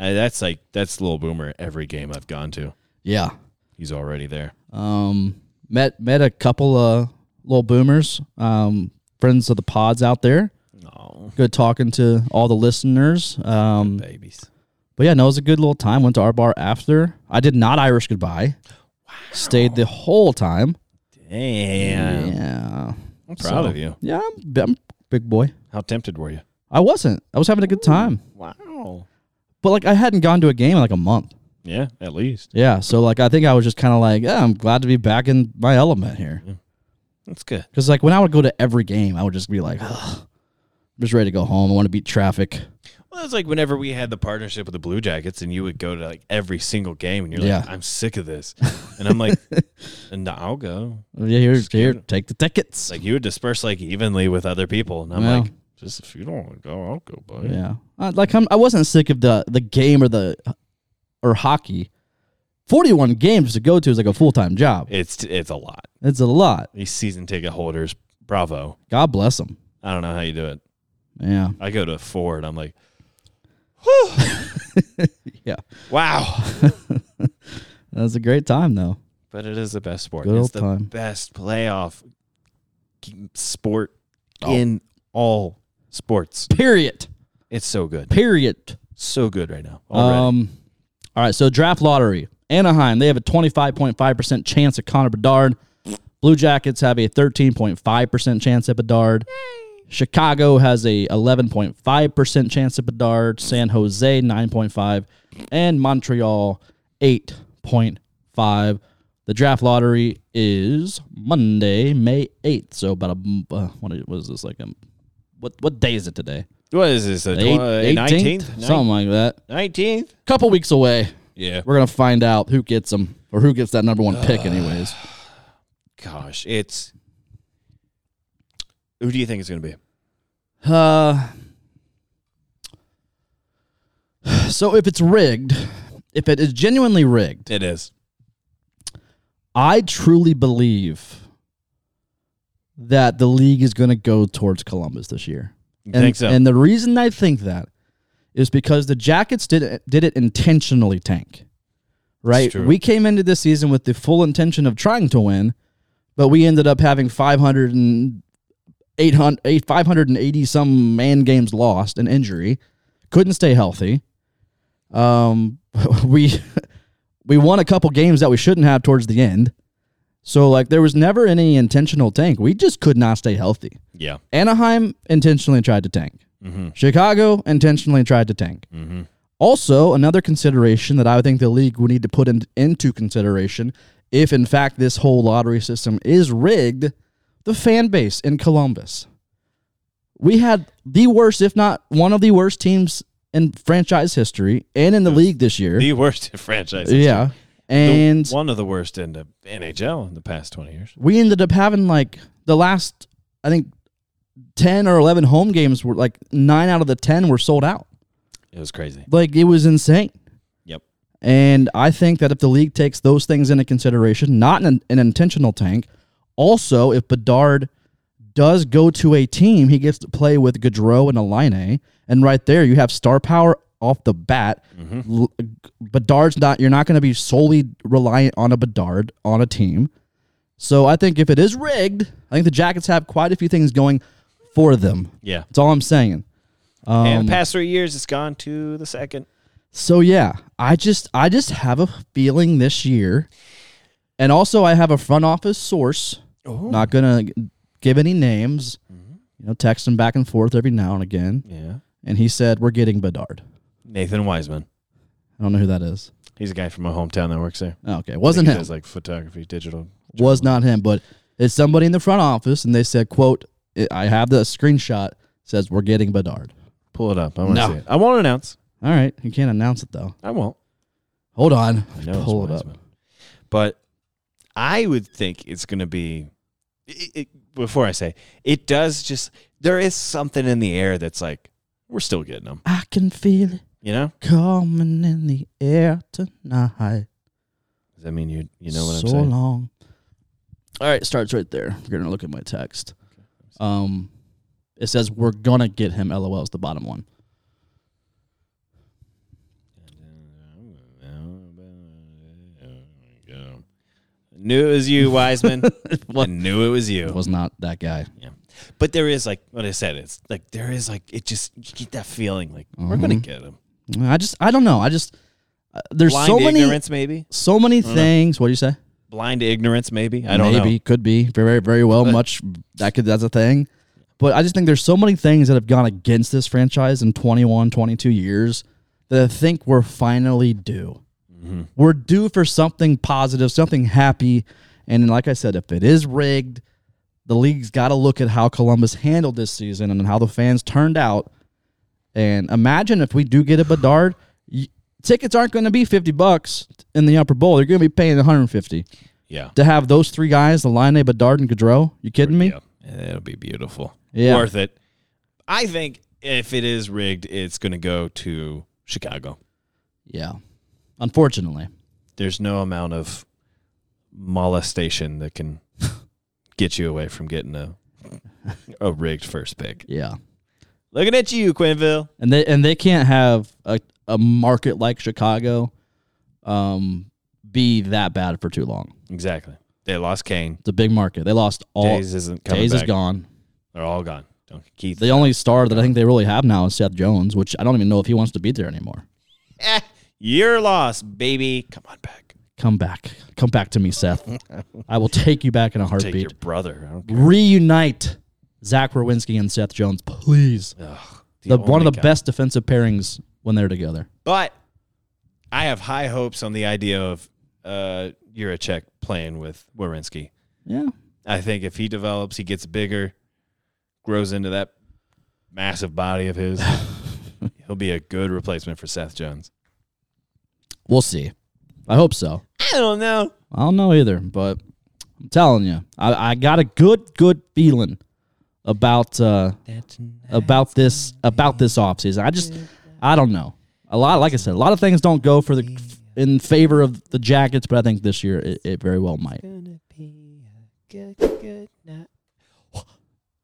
[SPEAKER 3] I, that's like that's little boomer. Every game I've gone to,
[SPEAKER 2] Yeah.
[SPEAKER 3] he's already there.
[SPEAKER 2] Um, met met a couple of little boomers, um, friends of the pods out there.
[SPEAKER 3] Oh,
[SPEAKER 2] Good talking to all the listeners. Um,
[SPEAKER 3] babies.
[SPEAKER 2] but yeah, no, it was a good little time. Went to our bar after. I did not Irish goodbye. Stayed the whole time.
[SPEAKER 3] Damn.
[SPEAKER 2] Yeah,
[SPEAKER 3] I'm proud of you.
[SPEAKER 2] yeah, I'm, I'm big boy.
[SPEAKER 3] How tempted were you?
[SPEAKER 2] I wasn't. I was having a good time,
[SPEAKER 3] Wow.
[SPEAKER 2] but like I hadn't gone to a game in like a month.
[SPEAKER 3] Yeah, at least
[SPEAKER 2] Yeah, so like I think I was just kind of like, yeah, I'm glad to be back in my element here.
[SPEAKER 3] that's good.
[SPEAKER 2] Because like when I would go to every game, I would just be like, Ugh, I'm just ready to go home. I want to beat traffic.
[SPEAKER 3] Well, it's like whenever we had the partnership with the Blue Jackets, and you would go to like every single game, and you're
[SPEAKER 2] Yeah.
[SPEAKER 3] like, "I'm sick of this," and I'm like, "And I'll go."
[SPEAKER 2] Yeah, here, here, take the tickets.
[SPEAKER 3] It's like you would disperse like evenly with other people, and I'm
[SPEAKER 2] Yeah.
[SPEAKER 3] like, "Just if you don't want to go, I'll go, buddy."
[SPEAKER 2] yeah, I, like I'm, I wasn't sick of the the game or the or hockey. Forty one games to go to is like a full time job.
[SPEAKER 3] It's it's a lot.
[SPEAKER 2] It's a lot.
[SPEAKER 3] These season ticket holders, bravo.
[SPEAKER 2] God bless them.
[SPEAKER 3] I don't know how you do it.
[SPEAKER 2] Yeah,
[SPEAKER 3] I go to four, and I'm like,
[SPEAKER 2] yeah.
[SPEAKER 3] "Wow!"
[SPEAKER 2] That was a great time though.
[SPEAKER 3] But it is the best sport.
[SPEAKER 2] Good
[SPEAKER 3] it's
[SPEAKER 2] old
[SPEAKER 3] the
[SPEAKER 2] time.
[SPEAKER 3] best playoff g- sport
[SPEAKER 2] Oh.
[SPEAKER 3] in all sports.
[SPEAKER 2] Period.
[SPEAKER 3] It's so good.
[SPEAKER 2] Period.
[SPEAKER 3] So good right now. Already.
[SPEAKER 2] Um, all right. So draft lottery. Anaheim they have a twenty five point five percent chance at Connor Bedard. Blue Jackets have a thirteen point five percent chance at Bedard. Chicago has a eleven point five percent chance at Bedard. San Jose nine point five, and Montreal eight point five. The draft lottery is Monday, May eighth. So about a m- uh, what is what is this like? Um, what what day is it today?
[SPEAKER 3] What is this? uh,
[SPEAKER 2] The eight-
[SPEAKER 3] 19th?
[SPEAKER 2] something like that.
[SPEAKER 3] 19th?
[SPEAKER 2] Couple weeks away.
[SPEAKER 3] Yeah.
[SPEAKER 2] We're gonna find out who gets them or who gets that number one
[SPEAKER 3] Uh.
[SPEAKER 2] pick, anyways.
[SPEAKER 3] Gosh, it's. Who do you think it's going to be?
[SPEAKER 2] Uh, so if it's rigged, if it is genuinely rigged,
[SPEAKER 3] It is.
[SPEAKER 2] I truly believe that the league is gonna go towards Columbus this year.
[SPEAKER 3] You
[SPEAKER 2] And,
[SPEAKER 3] think so?
[SPEAKER 2] and the reason I think that is because the Jackets did it, did it intentionally tank. Right?
[SPEAKER 3] true.
[SPEAKER 2] We came into this season with the full intention of trying to win, but we ended up having 500 and 800 eight- 580 some man games lost and injury. Couldn't stay healthy. Um we we won a couple games that we shouldn't have towards the end. So like there was never any intentional tank. We just could not stay healthy.
[SPEAKER 3] yeah.
[SPEAKER 2] Anaheim intentionally tried to tank.
[SPEAKER 3] Mm-hmm.
[SPEAKER 2] Chicago intentionally tried to tank. Also, another consideration that I think the league would need to put in, into consideration, if in fact this whole lottery system is rigged, the fan base in Columbus. we had the worst, if not one of the worst teams in franchise history and in the league this year.
[SPEAKER 3] The worst franchise.
[SPEAKER 2] yeah.
[SPEAKER 3] The-
[SPEAKER 2] And
[SPEAKER 3] one of the worst in the NHL in the past 20 years.
[SPEAKER 2] we ended up having like the last, I think, 10 or 11 home games were like nine out of the 10 were sold out.
[SPEAKER 3] It was crazy.
[SPEAKER 2] Like it was insane.
[SPEAKER 3] Yep.
[SPEAKER 2] And I think that if the league takes those things into consideration, not an, an intentional tank, also if Bedard does go to a team, he gets to play with Gaudreau and Aline. And right there, you have star power off the bat. L- Bedard's not, you're not going to be solely reliant on a Bedard on a team. So I think if it is rigged, I think the Jackets have quite a few things going for them.
[SPEAKER 3] Yeah.
[SPEAKER 2] That's all I'm saying. Um,
[SPEAKER 3] and the past three years, it's gone to the second.
[SPEAKER 2] So yeah, I just I just have a feeling this year, and also I have a front office source.
[SPEAKER 3] Oh.
[SPEAKER 2] Not gonna give any names.
[SPEAKER 3] Mm-hmm.
[SPEAKER 2] You know, text him back and forth every now and again,
[SPEAKER 3] Yeah.
[SPEAKER 2] and he said we're getting Bedard.
[SPEAKER 3] Nathan Wiseman.
[SPEAKER 2] I don't know who that is.
[SPEAKER 3] He's a guy from my hometown that works there.
[SPEAKER 2] Oh, okay, wasn't
[SPEAKER 3] he
[SPEAKER 2] him.
[SPEAKER 3] does like photography, digital.
[SPEAKER 2] was not him, but it's somebody in the front office, and they said, "quote I- I have the screenshot says we're getting Bedard."
[SPEAKER 3] Pull it up. I want to
[SPEAKER 2] No.
[SPEAKER 3] see it. I won't announce.
[SPEAKER 2] All right, you can't announce it though.
[SPEAKER 3] I won't.
[SPEAKER 2] Hold on,
[SPEAKER 3] I know it's
[SPEAKER 2] pull it up.
[SPEAKER 3] Wiseman. But I would think it's going to be. It, it, before I say, it does just. There is something in the air that's like, we're still getting them.
[SPEAKER 2] I can feel it
[SPEAKER 3] You know?
[SPEAKER 2] coming in the air tonight.
[SPEAKER 3] Does that mean you you know what
[SPEAKER 2] so
[SPEAKER 3] I'm saying?
[SPEAKER 2] long. All right, starts right there. We're gonna look at my text. Um, it says we're gonna get him. LOL is the bottom one.
[SPEAKER 3] Knew it was you, Wiseman. I knew it was
[SPEAKER 2] It
[SPEAKER 3] you.
[SPEAKER 2] was not that guy.
[SPEAKER 3] Yeah. But there is like what I said. It's like there is like it just you get that feeling like we're gonna get him.
[SPEAKER 2] I just I don't know. I just uh, Mm-hmm. there's
[SPEAKER 3] Blind
[SPEAKER 2] so many
[SPEAKER 3] ignorance, maybe.
[SPEAKER 2] so many things. What do you say?
[SPEAKER 3] Blind ignorance, maybe. I don't
[SPEAKER 2] Maybe
[SPEAKER 3] know.
[SPEAKER 2] could be very very well much that could that's a thing. But I just think there's so many things that have gone against this franchise in 21, 22 years that I think we're finally due.
[SPEAKER 3] Mm-hmm.
[SPEAKER 2] We're due for something positive, something happy. And like I said, if it is rigged, the league's got to look at how Columbus handled this season and how the fans turned out. And imagine if we do get a Bedard, y- tickets aren't going to be 50 bucks in the upper bowl. They're going to be paying 150
[SPEAKER 3] Yeah.
[SPEAKER 2] to have those three guys, the Line, Bedard, and Gaudreau. You kidding me?
[SPEAKER 3] Yeah. It'll be beautiful.
[SPEAKER 2] Yeah.
[SPEAKER 3] Worth it. I think if it is rigged, it's gonna go to Chicago.
[SPEAKER 2] Yeah. Unfortunately.
[SPEAKER 3] There's no amount of molestation that can get you away from getting a a rigged first pick.
[SPEAKER 2] Yeah.
[SPEAKER 3] Looking at you, Quinville.
[SPEAKER 2] And they and they can't have a, a market like Chicago um be that bad for too long.
[SPEAKER 3] Exactly. They lost Kane.
[SPEAKER 2] It's a big market. They lost all
[SPEAKER 3] Days isn't coming
[SPEAKER 2] Days
[SPEAKER 3] back.
[SPEAKER 2] is gone.
[SPEAKER 3] They're all gone. Don't Keith.
[SPEAKER 2] The only star that I think they really have now is Seth Jones, which I don't even know if he wants to be there anymore.
[SPEAKER 3] Eh, you're lost, baby. Come on back.
[SPEAKER 2] Come back. Come back to me, Seth. I will take you back in a
[SPEAKER 3] Take
[SPEAKER 2] heartbeat.
[SPEAKER 3] your brother. I don't care.
[SPEAKER 2] Reunite Zach Rowinski and Seth Jones, please.
[SPEAKER 3] Ugh,
[SPEAKER 2] the, one of
[SPEAKER 3] only
[SPEAKER 2] the
[SPEAKER 3] guy.
[SPEAKER 2] best defensive pairings when they're together.
[SPEAKER 3] But I have high hopes on the idea of uh Juracek playing with Wierenski.
[SPEAKER 2] Yeah.
[SPEAKER 3] I think if he develops, he gets bigger, grows into that massive body of his. he'll be a good replacement for Seth Jones.
[SPEAKER 2] We'll see. I hope so.
[SPEAKER 3] I don't know.
[SPEAKER 2] I don't know either, but I'm telling you, I, I got a good, good feeling about uh, about this about this offseason. I just, I don't know. A lot, like I said, a lot of things don't go for the in favor of the Jackets, but I think this year it, it very well might. It's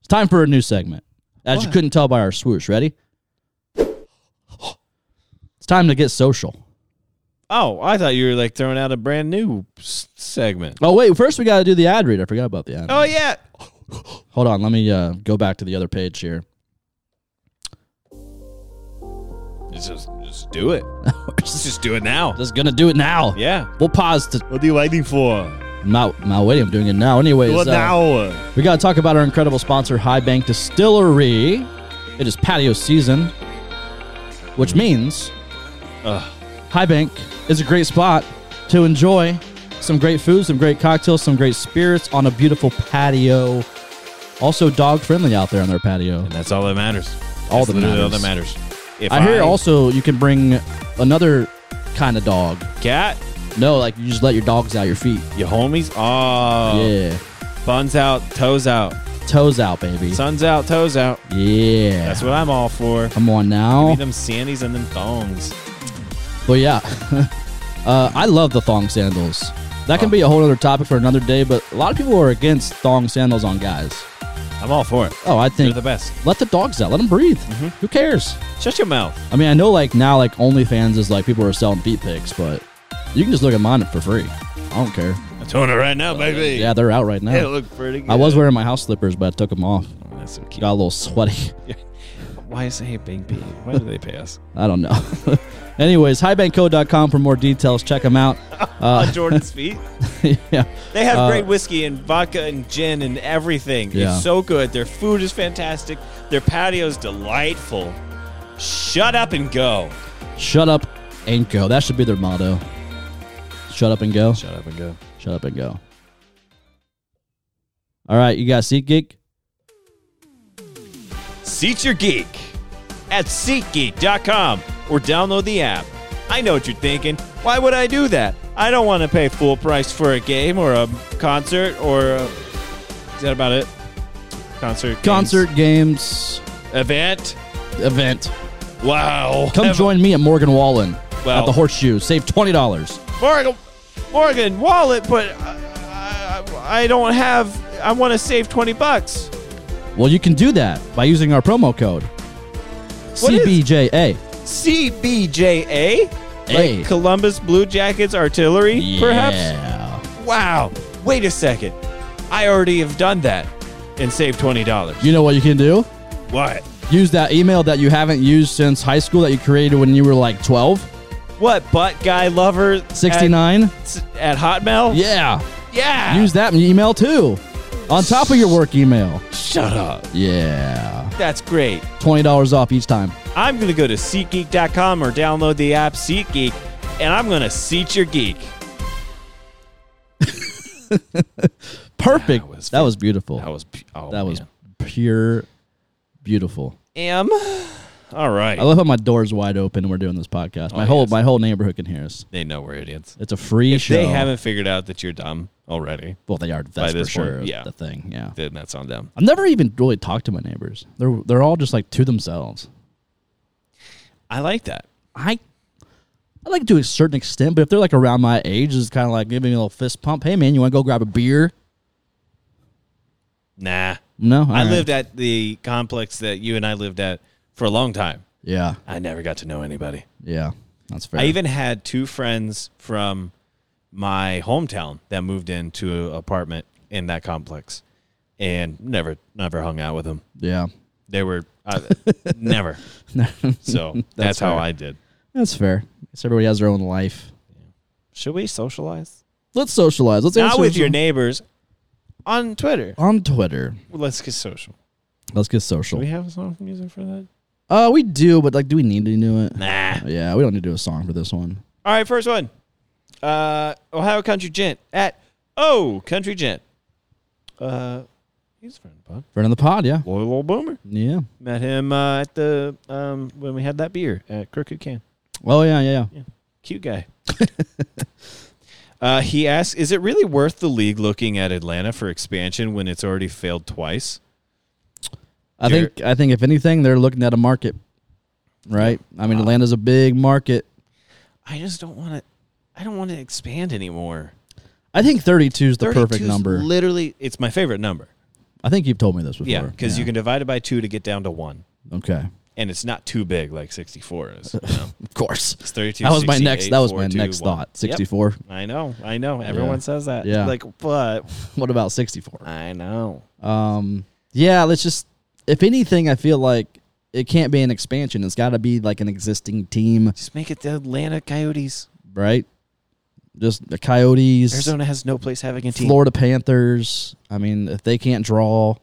[SPEAKER 2] time for a new segment, as you couldn't tell by our swoosh. Ready? It's time to get social.
[SPEAKER 3] Oh, I thought you were like throwing out a brand new s- segment.
[SPEAKER 2] Oh wait, first we got to do the ad read. I forgot about the ad.
[SPEAKER 3] Oh yeah.
[SPEAKER 2] Hold on, let me uh, go back to the other page here.
[SPEAKER 3] Let's Just, just do it. Let's just do it now.
[SPEAKER 2] Just gonna do it now.
[SPEAKER 3] Yeah.
[SPEAKER 2] We'll pause to.
[SPEAKER 3] What are you waiting for?
[SPEAKER 2] I'm not, I'm not waiting. I'm doing it now. Anyways, uh,
[SPEAKER 3] now?
[SPEAKER 2] we gotta talk about our incredible sponsor, High Bank Distillery. It is patio season, which means
[SPEAKER 3] Ugh.
[SPEAKER 2] High Bank is a great spot to enjoy some great food, some great cocktails, some great spirits on a beautiful patio Also, dog friendly out there on their patio.
[SPEAKER 3] and that's all that matters.
[SPEAKER 2] All
[SPEAKER 3] That's
[SPEAKER 2] that
[SPEAKER 3] literally all that
[SPEAKER 2] matters.
[SPEAKER 3] matters. If
[SPEAKER 2] I hear also you can bring another kind of dog.
[SPEAKER 3] cat
[SPEAKER 2] No, like you just let your dogs out your feet.
[SPEAKER 3] your homies. Oh,
[SPEAKER 2] Yeah,
[SPEAKER 3] buns out, toes out,
[SPEAKER 2] toes out, baby.
[SPEAKER 3] sun's out, toes out.
[SPEAKER 2] yeah,
[SPEAKER 3] That's what I'm all for.
[SPEAKER 2] come on
[SPEAKER 3] Give me
[SPEAKER 2] now.
[SPEAKER 3] them sandies and them thongs.
[SPEAKER 2] But yeah, uh, I love the thong sandals. That
[SPEAKER 3] Oh.
[SPEAKER 2] can be a whole other topic for another day. But a lot of people are against thong sandals on guys.
[SPEAKER 3] I'm all for it.
[SPEAKER 2] Oh, I
[SPEAKER 3] They're
[SPEAKER 2] think
[SPEAKER 3] the best. Mm-hmm.
[SPEAKER 2] let the dogs out. Let them breathe. Who cares?
[SPEAKER 3] Shut your mouth.
[SPEAKER 2] I mean, I know like now like OnlyFans is like people are selling feet pics, but you can just look at mine for free. I don't care.
[SPEAKER 3] I'm doing it right now, baby.
[SPEAKER 2] Yeah, they're out right now.
[SPEAKER 3] It looked pretty good.
[SPEAKER 2] I was wearing my house slippers, but I took them off.
[SPEAKER 3] That's so cute.
[SPEAKER 2] Got a little sweaty.
[SPEAKER 3] Why is it Big B? Why do they pay us?
[SPEAKER 2] I don't know. Anyways, highbankco.com for more details. Check them out.
[SPEAKER 3] On Jordan's feet.
[SPEAKER 2] yeah.
[SPEAKER 3] They have
[SPEAKER 2] Uh,
[SPEAKER 3] great whiskey and vodka and gin and everything.
[SPEAKER 2] Yeah.
[SPEAKER 3] It's so good. Their food is fantastic. Their patio's delightful. Shut up and go.
[SPEAKER 2] Shut up and go. That should be their motto. Shut up and go.
[SPEAKER 3] Shut up and go.
[SPEAKER 2] Shut up and go. All right, you got SeatGeek?
[SPEAKER 3] Seat your geek at SeatGeek.com or download the app. I know what you're thinking. Why would I do that? I don't want to pay full price for a game or a concert or a, is that about it? Concert, games.
[SPEAKER 2] Concert, games,
[SPEAKER 3] event.
[SPEAKER 2] event.
[SPEAKER 3] Wow!
[SPEAKER 2] Come
[SPEAKER 3] Ev-
[SPEAKER 2] join me and Morgan Wallen at
[SPEAKER 3] Well-
[SPEAKER 2] the Horseshoe. Save $20.
[SPEAKER 3] Morgan, Morgan wallet, but I, I, I don't have. I want to save twenty bucks.
[SPEAKER 2] Well, you can do that by using our promo code
[SPEAKER 3] What is-
[SPEAKER 2] CBJA.
[SPEAKER 3] CBJA,
[SPEAKER 2] Hey.
[SPEAKER 3] like Columbus Blue Jackets Artillery, perhaps.
[SPEAKER 2] Yeah.
[SPEAKER 3] Wow! Wait a second. I already have done that and saved twenty dollars.
[SPEAKER 2] You know what you can do?
[SPEAKER 3] What?
[SPEAKER 2] Use that email that you haven't used since high school that you created when you were like 12,
[SPEAKER 3] What? Butt guy lover at-
[SPEAKER 2] 69.
[SPEAKER 3] at, Hotmail.
[SPEAKER 2] Yeah.
[SPEAKER 3] Yeah.
[SPEAKER 2] Use that in your email too. On top of your work email.
[SPEAKER 3] Shut up.
[SPEAKER 2] Yeah.
[SPEAKER 3] That's great.
[SPEAKER 2] $20 off each time.
[SPEAKER 3] I'm going to go to SeatGeek.com or download the app SeatGeek, and I'm going to seat your geek.
[SPEAKER 2] Perfect. That was,
[SPEAKER 3] was
[SPEAKER 2] beautiful.
[SPEAKER 3] That was pu- oh,
[SPEAKER 2] That was pure beautiful.
[SPEAKER 3] am. All right,
[SPEAKER 2] I love how my door's wide open and we're doing this podcast. My
[SPEAKER 3] Oh,
[SPEAKER 2] whole
[SPEAKER 3] yes.
[SPEAKER 2] my whole neighborhood can hear us.
[SPEAKER 3] they know we're idiots.
[SPEAKER 2] It's a free
[SPEAKER 3] If
[SPEAKER 2] show.
[SPEAKER 3] they haven't figured out that you're dumb already,
[SPEAKER 2] well, they are. That's for
[SPEAKER 3] this point,
[SPEAKER 2] sure.
[SPEAKER 3] yeah.
[SPEAKER 2] the thing. Yeah,
[SPEAKER 3] then that's on them.
[SPEAKER 2] I've never even really talked to my neighbors. They're they're all just like to themselves.
[SPEAKER 3] I like that.
[SPEAKER 2] I I like to a certain extent, but if they're like around my age, it's kind of like giving me a little fist pump. Hey man, you want to go grab a beer?
[SPEAKER 3] Nah,
[SPEAKER 2] No, All
[SPEAKER 3] I
[SPEAKER 2] right.
[SPEAKER 3] lived at the complex that you and I lived at for a long time.
[SPEAKER 2] Yeah,
[SPEAKER 3] I never got to know anybody.
[SPEAKER 2] yeah, that's fair.
[SPEAKER 3] I even had two friends from my hometown that moved into an apartment in that complex, and never, never hung out with them.
[SPEAKER 2] yeah,
[SPEAKER 3] They were uh, never. So that's, how
[SPEAKER 2] fair.
[SPEAKER 3] I did.
[SPEAKER 2] that's fair. Guess everybody has their own life.
[SPEAKER 3] Should we socialize?
[SPEAKER 2] Let's socialize. Let's
[SPEAKER 3] Not
[SPEAKER 2] answer
[SPEAKER 3] with your
[SPEAKER 2] some-
[SPEAKER 3] neighbors on Twitter.
[SPEAKER 2] on Twitter.
[SPEAKER 3] Let's get social.
[SPEAKER 2] Let's get
[SPEAKER 3] Do
[SPEAKER 2] social.
[SPEAKER 3] we have a song for music for that?
[SPEAKER 2] Uh, we do, but like, do we need to do it?
[SPEAKER 3] Nah.
[SPEAKER 2] Yeah, we don't need to do a song for this one.
[SPEAKER 3] All right, first one. Uh, Ohio Country Gent at Oh Country Gent. Uh, he's a friend of mine.
[SPEAKER 2] Friend of the pod, yeah,
[SPEAKER 3] Loyal old boomer.
[SPEAKER 2] yeah.
[SPEAKER 3] Met him uh, at the um when we had that beer at Crooked Can.
[SPEAKER 2] Oh yeah, yeah, yeah.
[SPEAKER 3] Cute guy. uh, he asks, "Is it really worth the league looking at Atlanta for expansion when it's already failed twice?"
[SPEAKER 2] I
[SPEAKER 3] You're-
[SPEAKER 2] think I think if anything, they're looking at a market, right? I mean, Atlanta's a big market.
[SPEAKER 3] I just don't want to. I don't want to expand anymore.
[SPEAKER 2] I think 32 is the
[SPEAKER 3] 32
[SPEAKER 2] perfect
[SPEAKER 3] 's
[SPEAKER 2] number.
[SPEAKER 3] Literally, it's my favorite number.
[SPEAKER 2] I think you've told me this before.
[SPEAKER 3] Yeah, because you can divide it by two to get down to one,
[SPEAKER 2] can. Okay,
[SPEAKER 3] and it's not too big like sixty-four is. You know?
[SPEAKER 2] of course.
[SPEAKER 3] It's thirty-two.
[SPEAKER 2] That was my
[SPEAKER 3] 68,
[SPEAKER 2] next. That was my
[SPEAKER 3] 42,
[SPEAKER 2] next
[SPEAKER 3] one.
[SPEAKER 2] thought.
[SPEAKER 3] Yep.
[SPEAKER 2] 64.
[SPEAKER 3] I know. I know. Everyone says that.
[SPEAKER 2] Yeah.
[SPEAKER 3] Like, but
[SPEAKER 2] What about 64?
[SPEAKER 3] I know.
[SPEAKER 2] Um, yeah. Let's just. If anything, I feel like it can't be an expansion. It's got to be like an existing team,
[SPEAKER 3] Just make it the Atlanta Coyotes.
[SPEAKER 2] right? Just the Coyotes,
[SPEAKER 3] Arizona has no place having a team.
[SPEAKER 2] Florida Panthers. I mean, if they can't draw,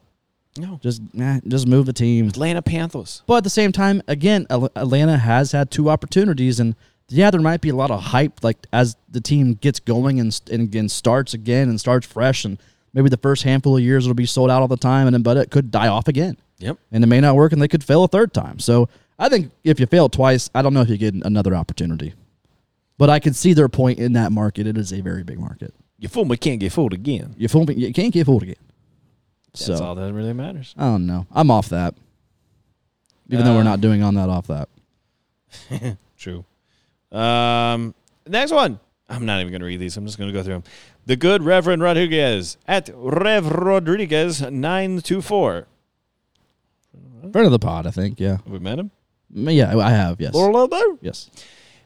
[SPEAKER 3] No.
[SPEAKER 2] just nah, just move the team.
[SPEAKER 3] Atlanta Panthers.
[SPEAKER 2] But at the same time, again, Al- Atlanta has had two opportunities, and yeah, there might be a lot of hype, like as the team gets going and st- and, and starts again and starts fresh, and Maybe the first handful of years it'll be sold out all the time, and then but it could die off again,
[SPEAKER 3] Yep.
[SPEAKER 2] and it may not work, and they could fail a third time. So I think if you fail twice, I don't know if you get another opportunity. But I can see their point in that market. It is a very big market.
[SPEAKER 3] You fool me, can't get fooled again.
[SPEAKER 2] You fool me, you can't get fooled again.
[SPEAKER 3] That's
[SPEAKER 2] so
[SPEAKER 3] all that really matters.
[SPEAKER 2] I don't know. I'm off that. Even though we're
[SPEAKER 3] Uh,
[SPEAKER 2] not doing on that off that.
[SPEAKER 3] True. Um, next one. I'm not even going to read these. I'm just going to go through them. The good Reverend Rodriguez at Rev Rodriguez nine two four.
[SPEAKER 2] Friend of the pod, I think. Yeah.
[SPEAKER 3] Have we met him?
[SPEAKER 2] Mm, Yeah, I have. Yes. Yes.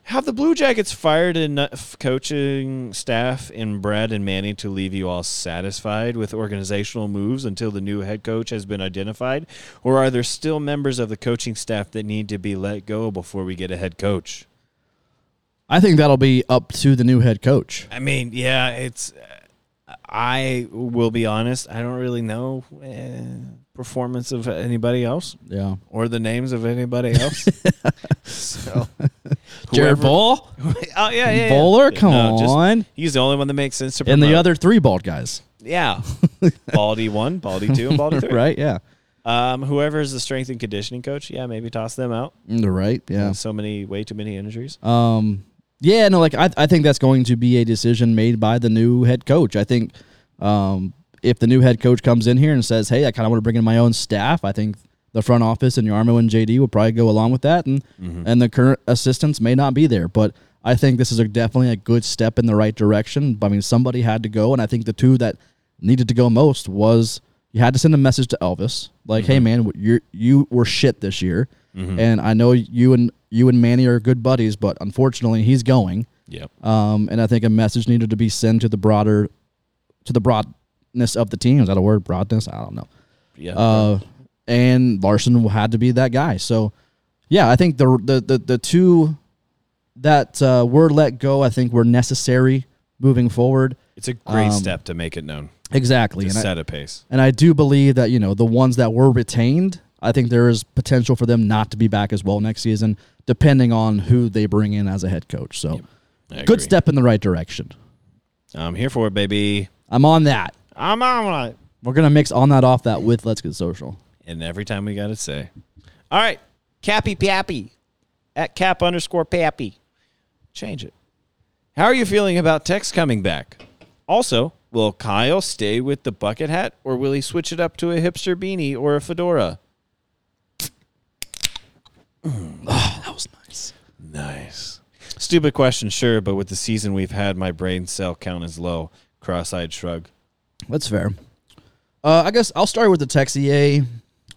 [SPEAKER 3] Have the Blue Jackets fired enough coaching staff in Brad and Manny to leave you all satisfied with organizational moves until the new head coach has been identified? Or are there still members of the coaching staff that need to be let go before we get a head coach?
[SPEAKER 2] I think that'll be up to the new head coach.
[SPEAKER 3] I mean, yeah, it's. I will be honest, I don't really know eh, performance of anybody else
[SPEAKER 2] Yeah.
[SPEAKER 3] or the names of anybody else. so,
[SPEAKER 2] Jared
[SPEAKER 3] whoever-
[SPEAKER 2] Bull?
[SPEAKER 3] oh, yeah, yeah, yeah.
[SPEAKER 2] Bowler? Come
[SPEAKER 3] No, just-
[SPEAKER 2] on.
[SPEAKER 3] He's the only one that makes sense to promote.
[SPEAKER 2] And the other three bald guys.
[SPEAKER 3] Yeah. Baldy one, Baldy two, and Baldy three.
[SPEAKER 2] Right? Yeah.
[SPEAKER 3] Um, whoever is the strength and conditioning coach, yeah, maybe toss them out.
[SPEAKER 2] Mm, Right? Yeah.
[SPEAKER 3] So many, way too many injuries.
[SPEAKER 2] Um, yeah, no, like I, I think that's going to be a decision made by the new head coach. I think um, if the new head coach comes in here and says, "Hey, I kind of want to bring in my own staff," I think the front office and Yarmo and JD will probably go along with that, and and the current assistants may not be there, but. I think this is a, definitely a good step in the right direction. I mean, somebody had to go, and I think the two that needed to go most was you had to send a message to Elvis, like, "Hey, man, you you were shit this year, and I know you and you and Manny are good buddies, but unfortunately, he's going."
[SPEAKER 3] Yep.
[SPEAKER 2] Um, and I think a message needed to be sent to the broader, to the broadness of the team. Is that a word? Broadness? I don't know.
[SPEAKER 3] Yeah.
[SPEAKER 2] Uh, and Larson had to be that guy. So, yeah, I think the the the, the two that uh, were let go, I think, were necessary moving forward.
[SPEAKER 3] it's a great step to make it known,
[SPEAKER 2] Exactly.
[SPEAKER 3] to
[SPEAKER 2] And um, I-
[SPEAKER 3] set a pace.
[SPEAKER 2] and I do believe that, you know, the ones that were retained, I think there is potential for them not to be back as well next season, depending on who they bring in as a head coach. So,
[SPEAKER 3] I
[SPEAKER 2] good
[SPEAKER 3] agree.
[SPEAKER 2] step in the right direction.
[SPEAKER 3] I'm here for it, baby.
[SPEAKER 2] I'm on that.
[SPEAKER 3] I'm on it.
[SPEAKER 2] We're going to mix on that, off that with Let's Get Social.
[SPEAKER 3] And every time we got to say, all right, Cappy Pappy at Cap underscore Pappy. Change it. How are you feeling about Tex coming back? Also, will Kyle stay with the bucket hat or will he switch it up to a hipster beanie or a fedora?
[SPEAKER 2] Oh, That was nice.
[SPEAKER 3] Nice. Stupid question, sure, but with the season we've had, my brain cell count is low. Cross eyed shrug.
[SPEAKER 2] That's fair. Uh, I guess I'll start with the Tex EA.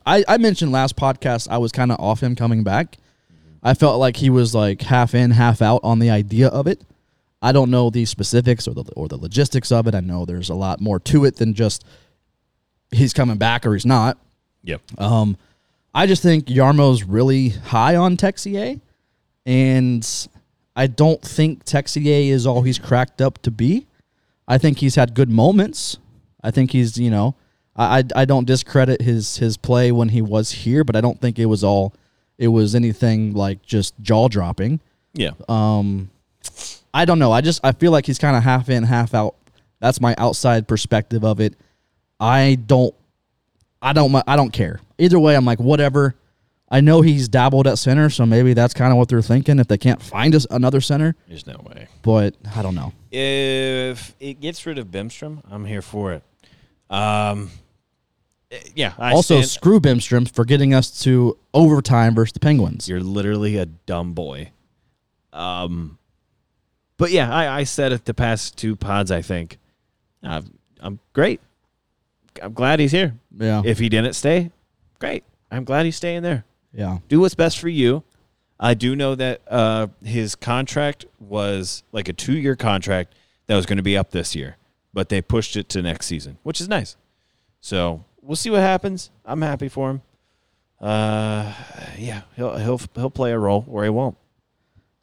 [SPEAKER 2] I, I mentioned last podcast I was kind of off him coming back. I felt like he was like half in, half out on the idea of it. I don't know the specifics or the or the logistics of it. I know there's a lot more to it than just he's coming back or he's not.
[SPEAKER 3] Yep.
[SPEAKER 2] Um, I just think Yarmo's really high on Texier, and I don't think Texier is all he's cracked up to be. I think he's had good moments. I think he's you know I I, I don't discredit his his play when he was here, but I don't think it was all it was anything like just jaw dropping.
[SPEAKER 3] Yeah.
[SPEAKER 2] I don't know. I just I feel like he's kind of half in, half out. That's my outside perspective of it. I don't, I don't, mi- I don't care. Either way, I'm like whatever. I know he's dabbled at center, so maybe that's kind of what they're thinking. If they can't find us another center,
[SPEAKER 3] There's no way.
[SPEAKER 2] but I don't know.
[SPEAKER 3] if it gets rid of Bemstrom, I'm here for it. Um, eh, yeah. I
[SPEAKER 2] also,
[SPEAKER 3] stand-
[SPEAKER 2] screw Bimstrom for getting us to overtime versus the Penguins.
[SPEAKER 3] you're literally a dumb boy. Um, but yeah, I, I said it the past two pods. I think I'm, I'm great. I'm glad he's here.
[SPEAKER 2] Yeah,
[SPEAKER 3] If he didn't stay, great. I'm glad he's staying there.
[SPEAKER 2] yeah,
[SPEAKER 3] do what's best for you. I do know that uh, his contract was like a two year contract that was going to be up this year, but they pushed it to next season, which is nice. So we'll see what happens. I'm happy for him. Uh, yeah, he'll he'll he'll play a role or he won't.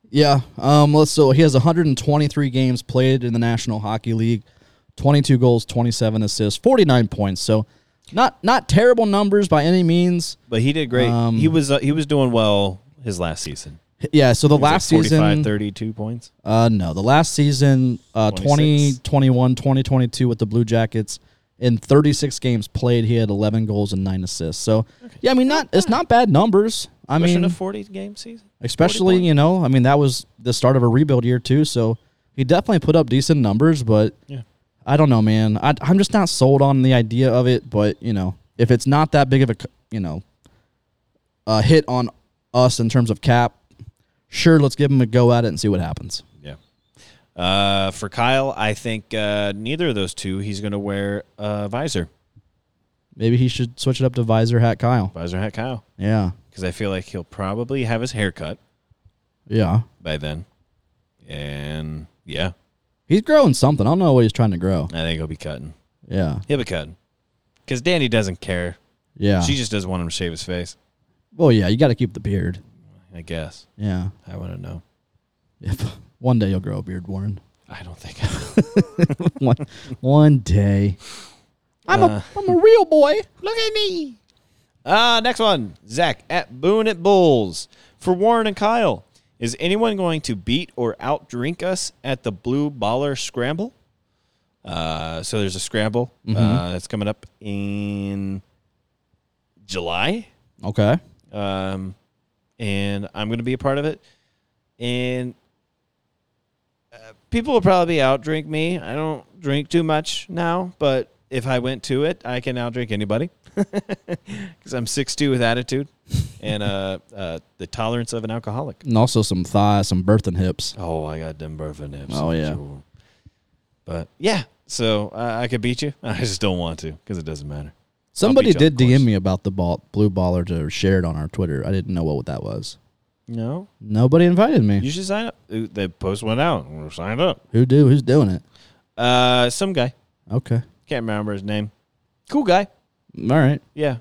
[SPEAKER 2] yeah. Um, let's so he has 123 games played in the National Hockey League, 22 goals, 27 assists, 49 points. So. Not not terrible numbers by any means.
[SPEAKER 3] But he did great.
[SPEAKER 2] Um,
[SPEAKER 3] he was uh, he was doing well his last season.
[SPEAKER 2] Yeah, so the
[SPEAKER 3] He was, like,
[SPEAKER 2] last
[SPEAKER 3] 45,
[SPEAKER 2] season,
[SPEAKER 3] 32 points.
[SPEAKER 2] uh, no, the last season, uh,
[SPEAKER 3] 26.
[SPEAKER 2] 2021, 2022 with the Blue Jackets, In 36 games played, he had 11 goals and nine assists. So, yeah, I mean, not it's not bad numbers. I
[SPEAKER 3] Pushing
[SPEAKER 2] mean,
[SPEAKER 3] a 40 game season.
[SPEAKER 2] especially
[SPEAKER 3] 40
[SPEAKER 2] you know i mean that was the start of a rebuild year too so he definitely put up decent numbers but
[SPEAKER 3] Yeah.
[SPEAKER 2] i don't know man I, i'm just not sold on the idea of it but you know if it's not that big of a c- you know a hit on us in terms of cap sure let's give him a go at it and see what happens
[SPEAKER 3] Yeah. Uh, for Kyle, I think uh, neither of those two. He's going to wear a visor,
[SPEAKER 2] maybe he should switch it up to visor hat kyle
[SPEAKER 3] visor hat Kyle,
[SPEAKER 2] yeah
[SPEAKER 3] because I feel like he'll probably have his hair cut
[SPEAKER 2] yeah
[SPEAKER 3] by then. And yeah,
[SPEAKER 2] he's growing something i don't know what he's trying to grow
[SPEAKER 3] I think he'll be cutting.
[SPEAKER 2] yeah
[SPEAKER 3] He'll be cutting, because Danny doesn't care.
[SPEAKER 2] yeah
[SPEAKER 3] She just doesn't want him to shave his face.
[SPEAKER 2] well yeah you got to keep the beard
[SPEAKER 3] I guess
[SPEAKER 2] yeah
[SPEAKER 3] I want to know.
[SPEAKER 2] if one day you'll grow a beard warren
[SPEAKER 3] I don't think.
[SPEAKER 2] one, one day. I'm
[SPEAKER 3] Uh.
[SPEAKER 2] a I'm a real boy.
[SPEAKER 3] Look at me. Uh, next one. Zach at Boone at Bulls. For Warren and Kyle, is anyone going to beat or outdrink us at the Blue Baller Scramble? Uh, so there's a scramble uh, that's coming up in July.
[SPEAKER 2] Okay.
[SPEAKER 3] Um, and I'm going to be a part of it. And uh, people will probably outdrink me. I don't drink too much now, but if I went to it, I can outdrink anybody because I'm 6'2 with attitude and uh, uh, the tolerance of an alcoholic.
[SPEAKER 2] And also some thighs, some birth and hips.
[SPEAKER 3] Oh, I got them burping nips.
[SPEAKER 2] Oh, yeah.
[SPEAKER 3] Sure. But yeah, so I I could beat you. I just don't want to because it doesn't matter.
[SPEAKER 2] Somebody
[SPEAKER 3] beat you
[SPEAKER 2] did
[SPEAKER 3] up, of course.
[SPEAKER 2] DM me about the ball, blue baller to share it on our Twitter. I didn't know what that was.
[SPEAKER 3] No,
[SPEAKER 2] Nobody invited me.
[SPEAKER 3] you should sign up. Ooh, They post one out. We're signed up.
[SPEAKER 2] Who do? Who's doing it?
[SPEAKER 3] Uh, some guy.
[SPEAKER 2] Okay.
[SPEAKER 3] Can't remember his name. Cool guy.
[SPEAKER 2] All right.
[SPEAKER 3] Yeah.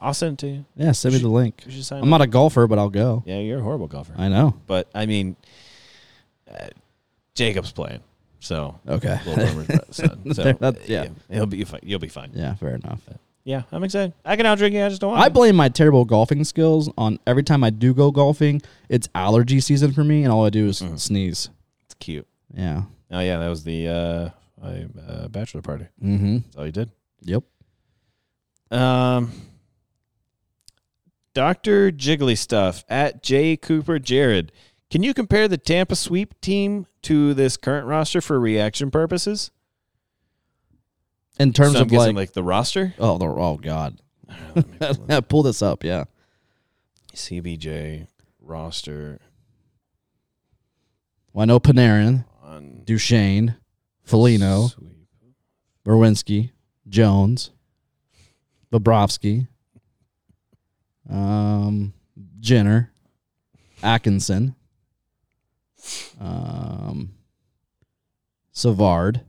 [SPEAKER 3] I'll send it to you.
[SPEAKER 2] Yeah. Send me the link.
[SPEAKER 3] You should sign
[SPEAKER 2] I'm
[SPEAKER 3] up.
[SPEAKER 2] not a golfer, but I'll go.
[SPEAKER 3] yeah, you're a horrible golfer.
[SPEAKER 2] I know.
[SPEAKER 3] but I mean, uh, Jacob's playing, so
[SPEAKER 2] Okay.
[SPEAKER 3] Lil Bummer's son. So
[SPEAKER 2] That's- yeah.
[SPEAKER 3] he'll be fine. You'll be fine.
[SPEAKER 2] Yeah. Fair enough.
[SPEAKER 3] Yeah, I'm excited. I can outdrink you. I just don't want.
[SPEAKER 2] I
[SPEAKER 3] to.
[SPEAKER 2] blame my terrible golfing skills on every time I do go golfing. It's allergy season for me, and all I do is
[SPEAKER 3] Mm-hmm.
[SPEAKER 2] sneeze.
[SPEAKER 3] It's cute.
[SPEAKER 2] Yeah.
[SPEAKER 3] Oh yeah, that was the uh, my, uh, bachelor party.
[SPEAKER 2] Mm-hmm.
[SPEAKER 3] That's all you did.
[SPEAKER 2] Yep.
[SPEAKER 3] Um, Doctor Jiggly stuff at J Cooper Jared. Can you compare the Tampa sweep team to this current roster for reaction purposes?
[SPEAKER 2] In terms
[SPEAKER 3] So I'm
[SPEAKER 2] of
[SPEAKER 3] guessing,
[SPEAKER 2] like,
[SPEAKER 3] like the roster,
[SPEAKER 2] Oh, the, oh God! yeah, pull this up. Yeah,
[SPEAKER 3] CBJ roster
[SPEAKER 2] well, I know Panarin,
[SPEAKER 3] on
[SPEAKER 2] Duchesne, Felino,
[SPEAKER 3] sweep.
[SPEAKER 2] Berwinski, Jones, Bobrovsky, um, Jenner, Atkinson, um, Savard.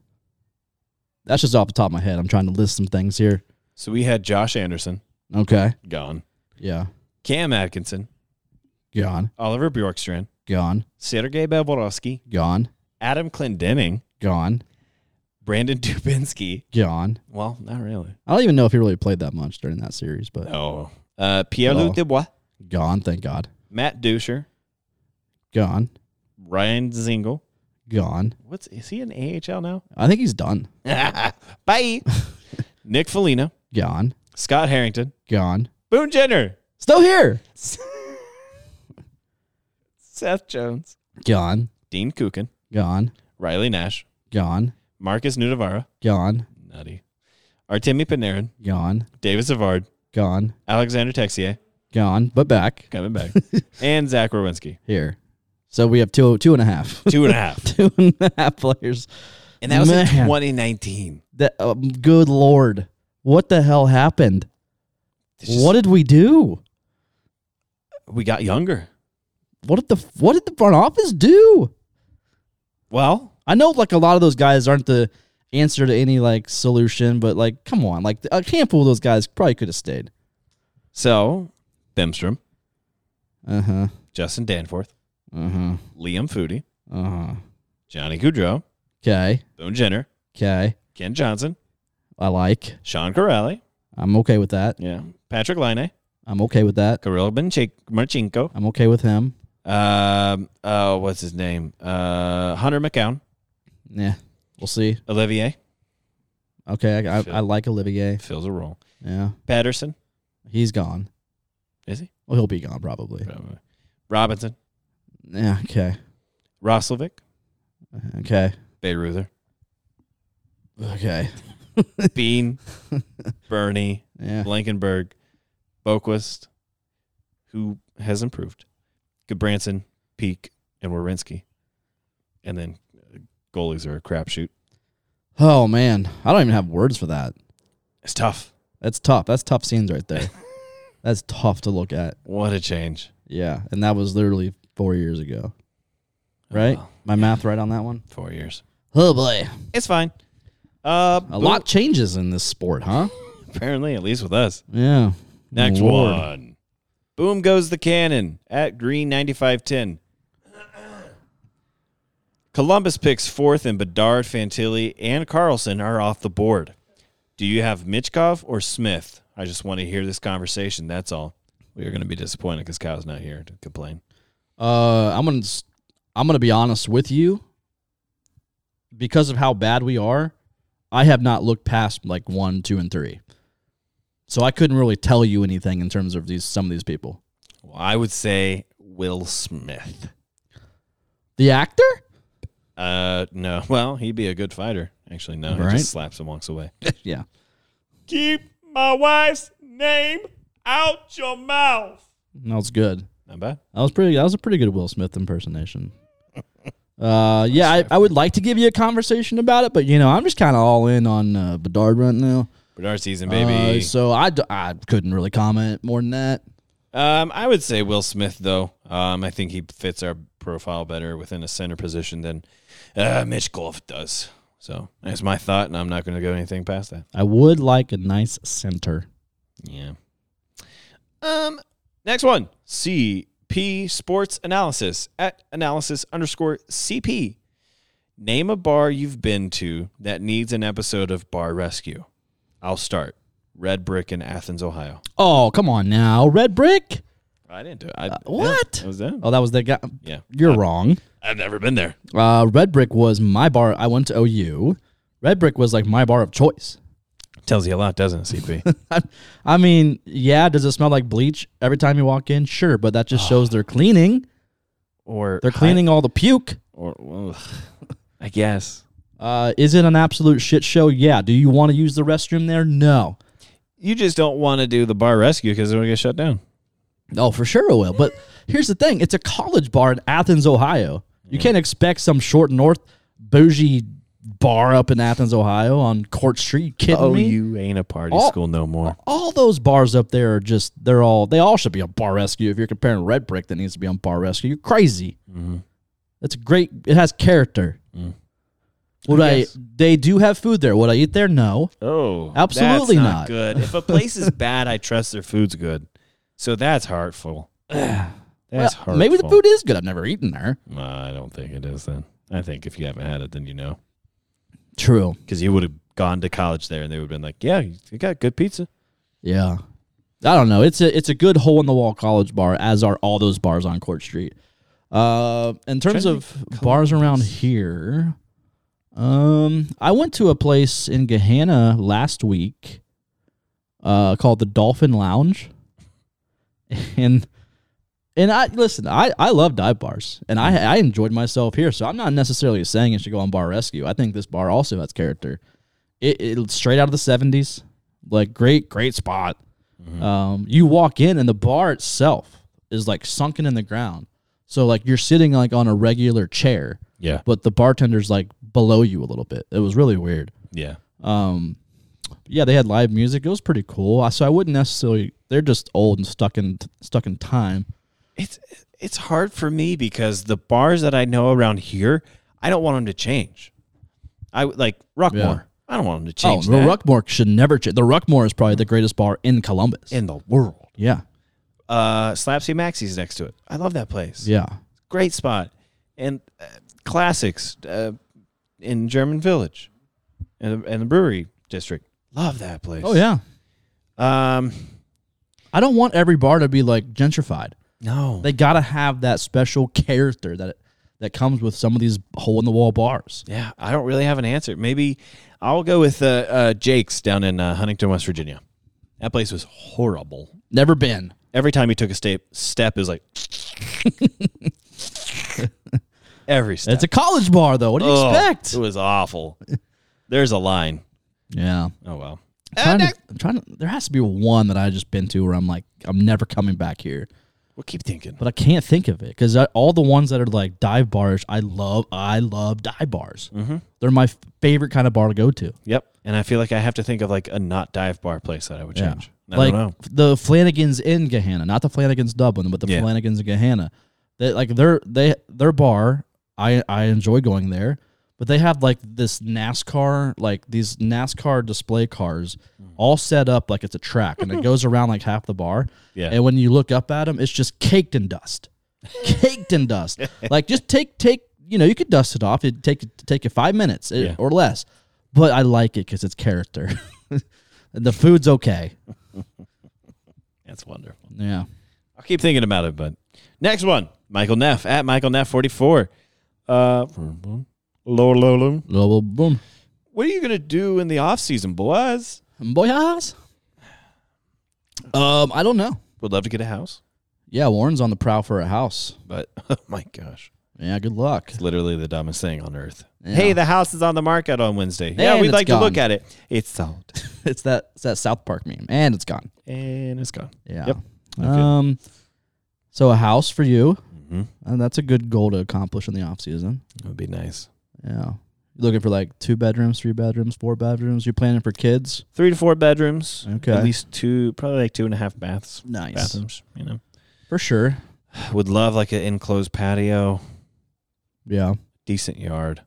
[SPEAKER 2] That's just off the top of my head. I'm trying to list some things here.
[SPEAKER 3] So we had Josh Anderson
[SPEAKER 2] Okay.
[SPEAKER 3] gone,
[SPEAKER 2] Yeah.
[SPEAKER 3] Cam Atkinson,
[SPEAKER 2] Gone.
[SPEAKER 3] Oliver Bjorkstrand,
[SPEAKER 2] Gone.
[SPEAKER 3] Sergei Bobrovsky,
[SPEAKER 2] Gone.
[SPEAKER 3] Adam Clendenning,
[SPEAKER 2] Gone.
[SPEAKER 3] Brandon Dubinsky.
[SPEAKER 2] Gone.
[SPEAKER 3] Well, not really.
[SPEAKER 2] I don't even know if he really played that much during that series, but
[SPEAKER 3] No. Uh, Pierre Luc
[SPEAKER 2] Oh.
[SPEAKER 3] Dubois,
[SPEAKER 2] gone, thank God.
[SPEAKER 3] Matt Dusher,
[SPEAKER 2] Gone,
[SPEAKER 3] Ryan Zingle.
[SPEAKER 2] gone.
[SPEAKER 3] What's is he in AHL now?
[SPEAKER 2] I think he's done.
[SPEAKER 3] Bye. Nick Felino,
[SPEAKER 2] Gone,
[SPEAKER 3] Scott Harrington,
[SPEAKER 2] gone.
[SPEAKER 3] Boone Jenner,
[SPEAKER 2] Still here.
[SPEAKER 3] Seth Jones,
[SPEAKER 2] Gone,
[SPEAKER 3] Dean Kukin,
[SPEAKER 2] gone,
[SPEAKER 3] Riley Nash,
[SPEAKER 2] gone,
[SPEAKER 3] Marcus Nudavara,
[SPEAKER 2] gone,
[SPEAKER 3] nutty, Artemi Panarin,
[SPEAKER 2] gone,
[SPEAKER 3] David Savard,
[SPEAKER 2] gone,
[SPEAKER 3] Alexander Texier,
[SPEAKER 2] gone, but back
[SPEAKER 3] coming back, and Zach Rowinski.
[SPEAKER 2] here. So we have two, two and a half,
[SPEAKER 3] Two and a half.
[SPEAKER 2] two and a half players.
[SPEAKER 3] And that was in
[SPEAKER 2] Man.
[SPEAKER 3] 2019.
[SPEAKER 2] That, um, good lord, what the hell happened?
[SPEAKER 3] It's just-
[SPEAKER 2] what did we do?
[SPEAKER 3] We got younger.
[SPEAKER 2] What did the what did the front office do?
[SPEAKER 3] Well,
[SPEAKER 2] I know like a lot of those guys aren't the answer to any like solution, but like come on, like a handful of those guys probably could have stayed.
[SPEAKER 3] so Themstrom,
[SPEAKER 2] Uh huh.
[SPEAKER 3] Justin Danforth,
[SPEAKER 2] Uh huh.
[SPEAKER 3] Liam Foodie,
[SPEAKER 2] Uh huh.
[SPEAKER 3] Johnny Goudreau,
[SPEAKER 2] Okay.
[SPEAKER 3] Boone Jenner,
[SPEAKER 2] Okay.
[SPEAKER 3] Ken Johnson,
[SPEAKER 2] I like.
[SPEAKER 3] Sean Corrali,
[SPEAKER 2] I'm okay with that.
[SPEAKER 3] yeah, Patrick Line, eh?
[SPEAKER 2] I'm okay with that.
[SPEAKER 3] Kirill Benchik- Marchenko,
[SPEAKER 2] I'm okay with him.
[SPEAKER 3] um, oh, what's his name? Uh, Hunter McCown,
[SPEAKER 2] Yeah. We'll see.
[SPEAKER 3] Olivier,
[SPEAKER 2] Okay, I, I,
[SPEAKER 3] Shit.
[SPEAKER 2] I like Olivier.
[SPEAKER 3] Fills a role.
[SPEAKER 2] Yeah,
[SPEAKER 3] Patterson
[SPEAKER 2] he's gone.
[SPEAKER 3] is he?
[SPEAKER 2] Well, he'll be gone probably.
[SPEAKER 3] Probably. Robinson,
[SPEAKER 2] Yeah. Okay.
[SPEAKER 3] Roslovic,
[SPEAKER 2] Okay.
[SPEAKER 3] Bayreuther,
[SPEAKER 2] Okay.
[SPEAKER 3] Bean, Bernie,
[SPEAKER 2] Yeah.
[SPEAKER 3] Blankenberg, Boquist, who has improved, Gabranson, Peak, and Warinsky. And then uh, goalies are a crapshoot.
[SPEAKER 2] Oh man, I don't even have words for that.
[SPEAKER 3] It's tough.
[SPEAKER 2] That's tough. That's tough scenes right there. That's tough to look at.
[SPEAKER 3] What a change.
[SPEAKER 2] Yeah, and that was literally four years ago.
[SPEAKER 3] Oh,
[SPEAKER 2] Right?
[SPEAKER 3] Well,
[SPEAKER 2] My math right on that one.
[SPEAKER 3] four years.
[SPEAKER 2] Oh boy,
[SPEAKER 3] It's fine. Uh,
[SPEAKER 2] a lot changes in this sport, huh?
[SPEAKER 3] Apparently, at least with us.
[SPEAKER 2] Yeah.
[SPEAKER 3] Next
[SPEAKER 2] Lord.
[SPEAKER 3] one. Boom goes the cannon at green 9510. Columbus picks fourth, and Bedard, Fantilli, and Carlson are off the board. Do you have Mitchkov or Smith? I just want to hear this conversation. That's all. We are going to be disappointed because Kyle's not here to complain.
[SPEAKER 2] Uh, I'm gonna s- I'm gonna be honest with you. Because of how bad we are, I have not looked past like one, two, and three. So I couldn't really tell you anything in terms of these some of these people.
[SPEAKER 3] Well, I would say Will Smith.
[SPEAKER 2] The actor?
[SPEAKER 3] Uh, no. Well, he'd be a good fighter. Actually, no. He
[SPEAKER 2] Right.
[SPEAKER 3] just slaps and walks away.
[SPEAKER 2] Yeah.
[SPEAKER 3] Keep my wife's name out your mouth.
[SPEAKER 2] That was good.
[SPEAKER 3] Not bad.
[SPEAKER 2] That was pretty. That was a pretty good Will Smith impersonation. Uh, yeah, I, I would like to give you a conversation about it, but you know, I'm just kind of all in on uh, Bedard right now.
[SPEAKER 3] Bernard season,
[SPEAKER 2] Uh,
[SPEAKER 3] baby.
[SPEAKER 2] so I, d- I couldn't really comment more than that.
[SPEAKER 3] um, I would say Will Smith though. Um, I think he fits our profile better within a center position than uh, Mitch Golf does. So that's my thought, and I'm not going to go anything past that.
[SPEAKER 2] I would like a nice center.
[SPEAKER 3] Yeah. Um. Next one. CP Sports Analysis at analysis underscore CP. Name a bar you've been to that needs an episode of Bar Rescue. I'll start. Red Brick in Athens, Ohio.
[SPEAKER 2] Oh, come on now, Red Brick.
[SPEAKER 3] I didn't do it. I,
[SPEAKER 2] what?
[SPEAKER 3] I was there.
[SPEAKER 2] Oh, that was the guy.
[SPEAKER 3] Yeah.
[SPEAKER 2] You're wrong.
[SPEAKER 3] I've never been there.
[SPEAKER 2] Uh, Red Brick was my bar. I went to OU. Red Brick was like my bar of choice.
[SPEAKER 3] Tells you a lot, doesn't it, CP?
[SPEAKER 2] I, I mean, yeah, does it smell like bleach every time you walk in? Sure, but that just shows they're cleaning.
[SPEAKER 3] or
[SPEAKER 2] They're cleaning all the puke.
[SPEAKER 3] or well, I guess
[SPEAKER 2] Uh, is it an absolute shit show? Yeah. Do you want to use the restroom there? No.
[SPEAKER 3] you just don't want to do the bar rescue because it'll get shut down.
[SPEAKER 2] No, Oh, for sure it will. But here's the thing: it's a college bar in Athens, Ohio. You can't expect some short north bougie bar up in Athens, Ohio, on Court Street. You kidding
[SPEAKER 3] Oh,
[SPEAKER 2] me?
[SPEAKER 3] you ain't a party
[SPEAKER 2] All-
[SPEAKER 3] school no more.
[SPEAKER 2] all those bars up there are just they're all they all should be on bar rescue if you're comparing red brick that needs to be on bar rescue you're crazy
[SPEAKER 3] Mm-hmm.
[SPEAKER 2] it's a great it has character
[SPEAKER 3] Mm.
[SPEAKER 2] would
[SPEAKER 3] I
[SPEAKER 2] I,
[SPEAKER 3] guess.
[SPEAKER 2] they do have food there would i eat there no
[SPEAKER 3] Oh,
[SPEAKER 2] Absolutely
[SPEAKER 3] that's
[SPEAKER 2] not.
[SPEAKER 3] good. If a place is bad, I trust their food's good. So that's heartful. that's
[SPEAKER 2] Well,
[SPEAKER 3] heartful.
[SPEAKER 2] maybe the food is good i've never eaten there
[SPEAKER 3] No, I don't think it is. Then I think if you haven't had it, then you know
[SPEAKER 2] true
[SPEAKER 3] because you would have gone to college there, and they would have been like, "Yeah, you got good pizza."
[SPEAKER 2] yeah i don't know it's a it's a good hole in the wall college bar as are all those bars on court street uh in terms
[SPEAKER 3] Trying to
[SPEAKER 2] of bars around here um i went to a place in gahanna last week uh, called the Dolphin Lounge, and and I listen, I I love dive bars, and I I enjoyed myself here, so I'm not necessarily saying it should go on Bar Rescue. I think this bar also has character. It it's straight out of the '70s, like great great spot.
[SPEAKER 3] Mm-hmm.
[SPEAKER 2] Um, you walk in and the bar itself is like sunken in the ground, so like you're sitting like on a regular chair,
[SPEAKER 3] Yeah,
[SPEAKER 2] but the bartender's like below you a little bit. It was really weird.
[SPEAKER 3] yeah.
[SPEAKER 2] Um, yeah, they had live music. It was pretty cool. I- So I wouldn't necessarily. They're just old and stuck in stuck in time.
[SPEAKER 3] It's it's hard for me because the bars that I know around here, I don't want them to change. I would- like Rockmore.
[SPEAKER 2] Yeah.
[SPEAKER 3] I don't want them to change.
[SPEAKER 2] oh,
[SPEAKER 3] that
[SPEAKER 2] the Ruckmore should never change. The Ruckmore is probably the greatest bar in Columbus.
[SPEAKER 3] in the world.
[SPEAKER 2] yeah,
[SPEAKER 3] Uh, Slapsy Maxie's next to it. I love that place.
[SPEAKER 2] yeah,
[SPEAKER 3] great spot and uh, classics uh, in German Village and and the brewery district. Love that place.
[SPEAKER 2] oh yeah.
[SPEAKER 3] Um,
[SPEAKER 2] I don't want every bar to be like gentrified.
[SPEAKER 3] no,
[SPEAKER 2] They gotta have that special character that that comes with some of these hole in the wall bars.
[SPEAKER 3] Yeah, I don't really have an answer. Maybe I'll go with uh, uh, Jake's down in uh, Huntington, West Virginia. That place was horrible.
[SPEAKER 2] Never been.
[SPEAKER 3] Every time you took a step, step is like every step.
[SPEAKER 2] It's a college bar though. What do you
[SPEAKER 3] Ugh,
[SPEAKER 2] expect?
[SPEAKER 3] It was awful. There's a line.
[SPEAKER 2] Yeah.
[SPEAKER 3] Oh well.
[SPEAKER 2] I'm trying, to, I'm trying to. There has to be one that I just been to where I'm like, I'm never coming back here.
[SPEAKER 3] We'll keep thinking.
[SPEAKER 2] But I can't think of it because all the ones that are like dive bars, I love. I love dive bars. They're my f- favorite kind of bar to go to.
[SPEAKER 3] Yep. And I feel like I have to think of like a not dive bar place that I would change. I
[SPEAKER 2] like
[SPEAKER 3] don't know.
[SPEAKER 2] f- the Flanagan's in Gahanna, not the Flanagan's Dublin, but the
[SPEAKER 3] Yeah.
[SPEAKER 2] Flanagan's in Gahanna. They like their they their bar. I I enjoy going there, but they have like this NASCAR like these NASCAR display cars
[SPEAKER 3] Hmm.
[SPEAKER 2] all set up like it's a track, and it goes around like half the bar.
[SPEAKER 3] Yeah.
[SPEAKER 2] and when you look up at them, it's just caked in dust, caked in dust. Like just take take you know you could dust it off. It would take take you five minutes eh,
[SPEAKER 3] Yeah.
[SPEAKER 2] or less, but I like it because it's character. the food's okay.
[SPEAKER 3] That's wonderful.
[SPEAKER 2] Yeah.
[SPEAKER 3] I'll keep thinking about it, but next one. Michael Neff at Michael Neff forty four. Uh Lower Lowland.
[SPEAKER 2] Global boom.
[SPEAKER 3] What are you gonna do in the off season, boys?
[SPEAKER 2] Boyas. Um, I don't know.
[SPEAKER 3] Would love to get a house,
[SPEAKER 2] Yeah, Warren's on the prowl for a house.
[SPEAKER 3] but oh my gosh.
[SPEAKER 2] Yeah, good luck.
[SPEAKER 3] It's literally the dumbest thing on earth.
[SPEAKER 2] Yeah.
[SPEAKER 3] Hey, the house is on the market on Wednesday. yeah,
[SPEAKER 2] And
[SPEAKER 3] we'd
[SPEAKER 2] it's
[SPEAKER 3] like to look
[SPEAKER 2] gone.
[SPEAKER 3] at it. It's sold.
[SPEAKER 2] It's that it's that South Park meme, and it's gone.
[SPEAKER 3] and it's gone.
[SPEAKER 2] Yeah.
[SPEAKER 3] Yep.
[SPEAKER 2] Um, so a house for you,
[SPEAKER 3] hmm
[SPEAKER 2] and that's a good goal to accomplish in the off season.
[SPEAKER 3] It would be nice.
[SPEAKER 2] Yeah. You're looking for like two bedrooms, three bedrooms, four bedrooms. You're planning for kids.
[SPEAKER 3] Three to four bedrooms.
[SPEAKER 2] Okay.
[SPEAKER 3] At least two, probably like two and a half baths.
[SPEAKER 2] Nice.
[SPEAKER 3] Bathrooms, you know.
[SPEAKER 2] For sure.
[SPEAKER 3] Would love like an enclosed patio,
[SPEAKER 2] Yeah.
[SPEAKER 3] decent yard.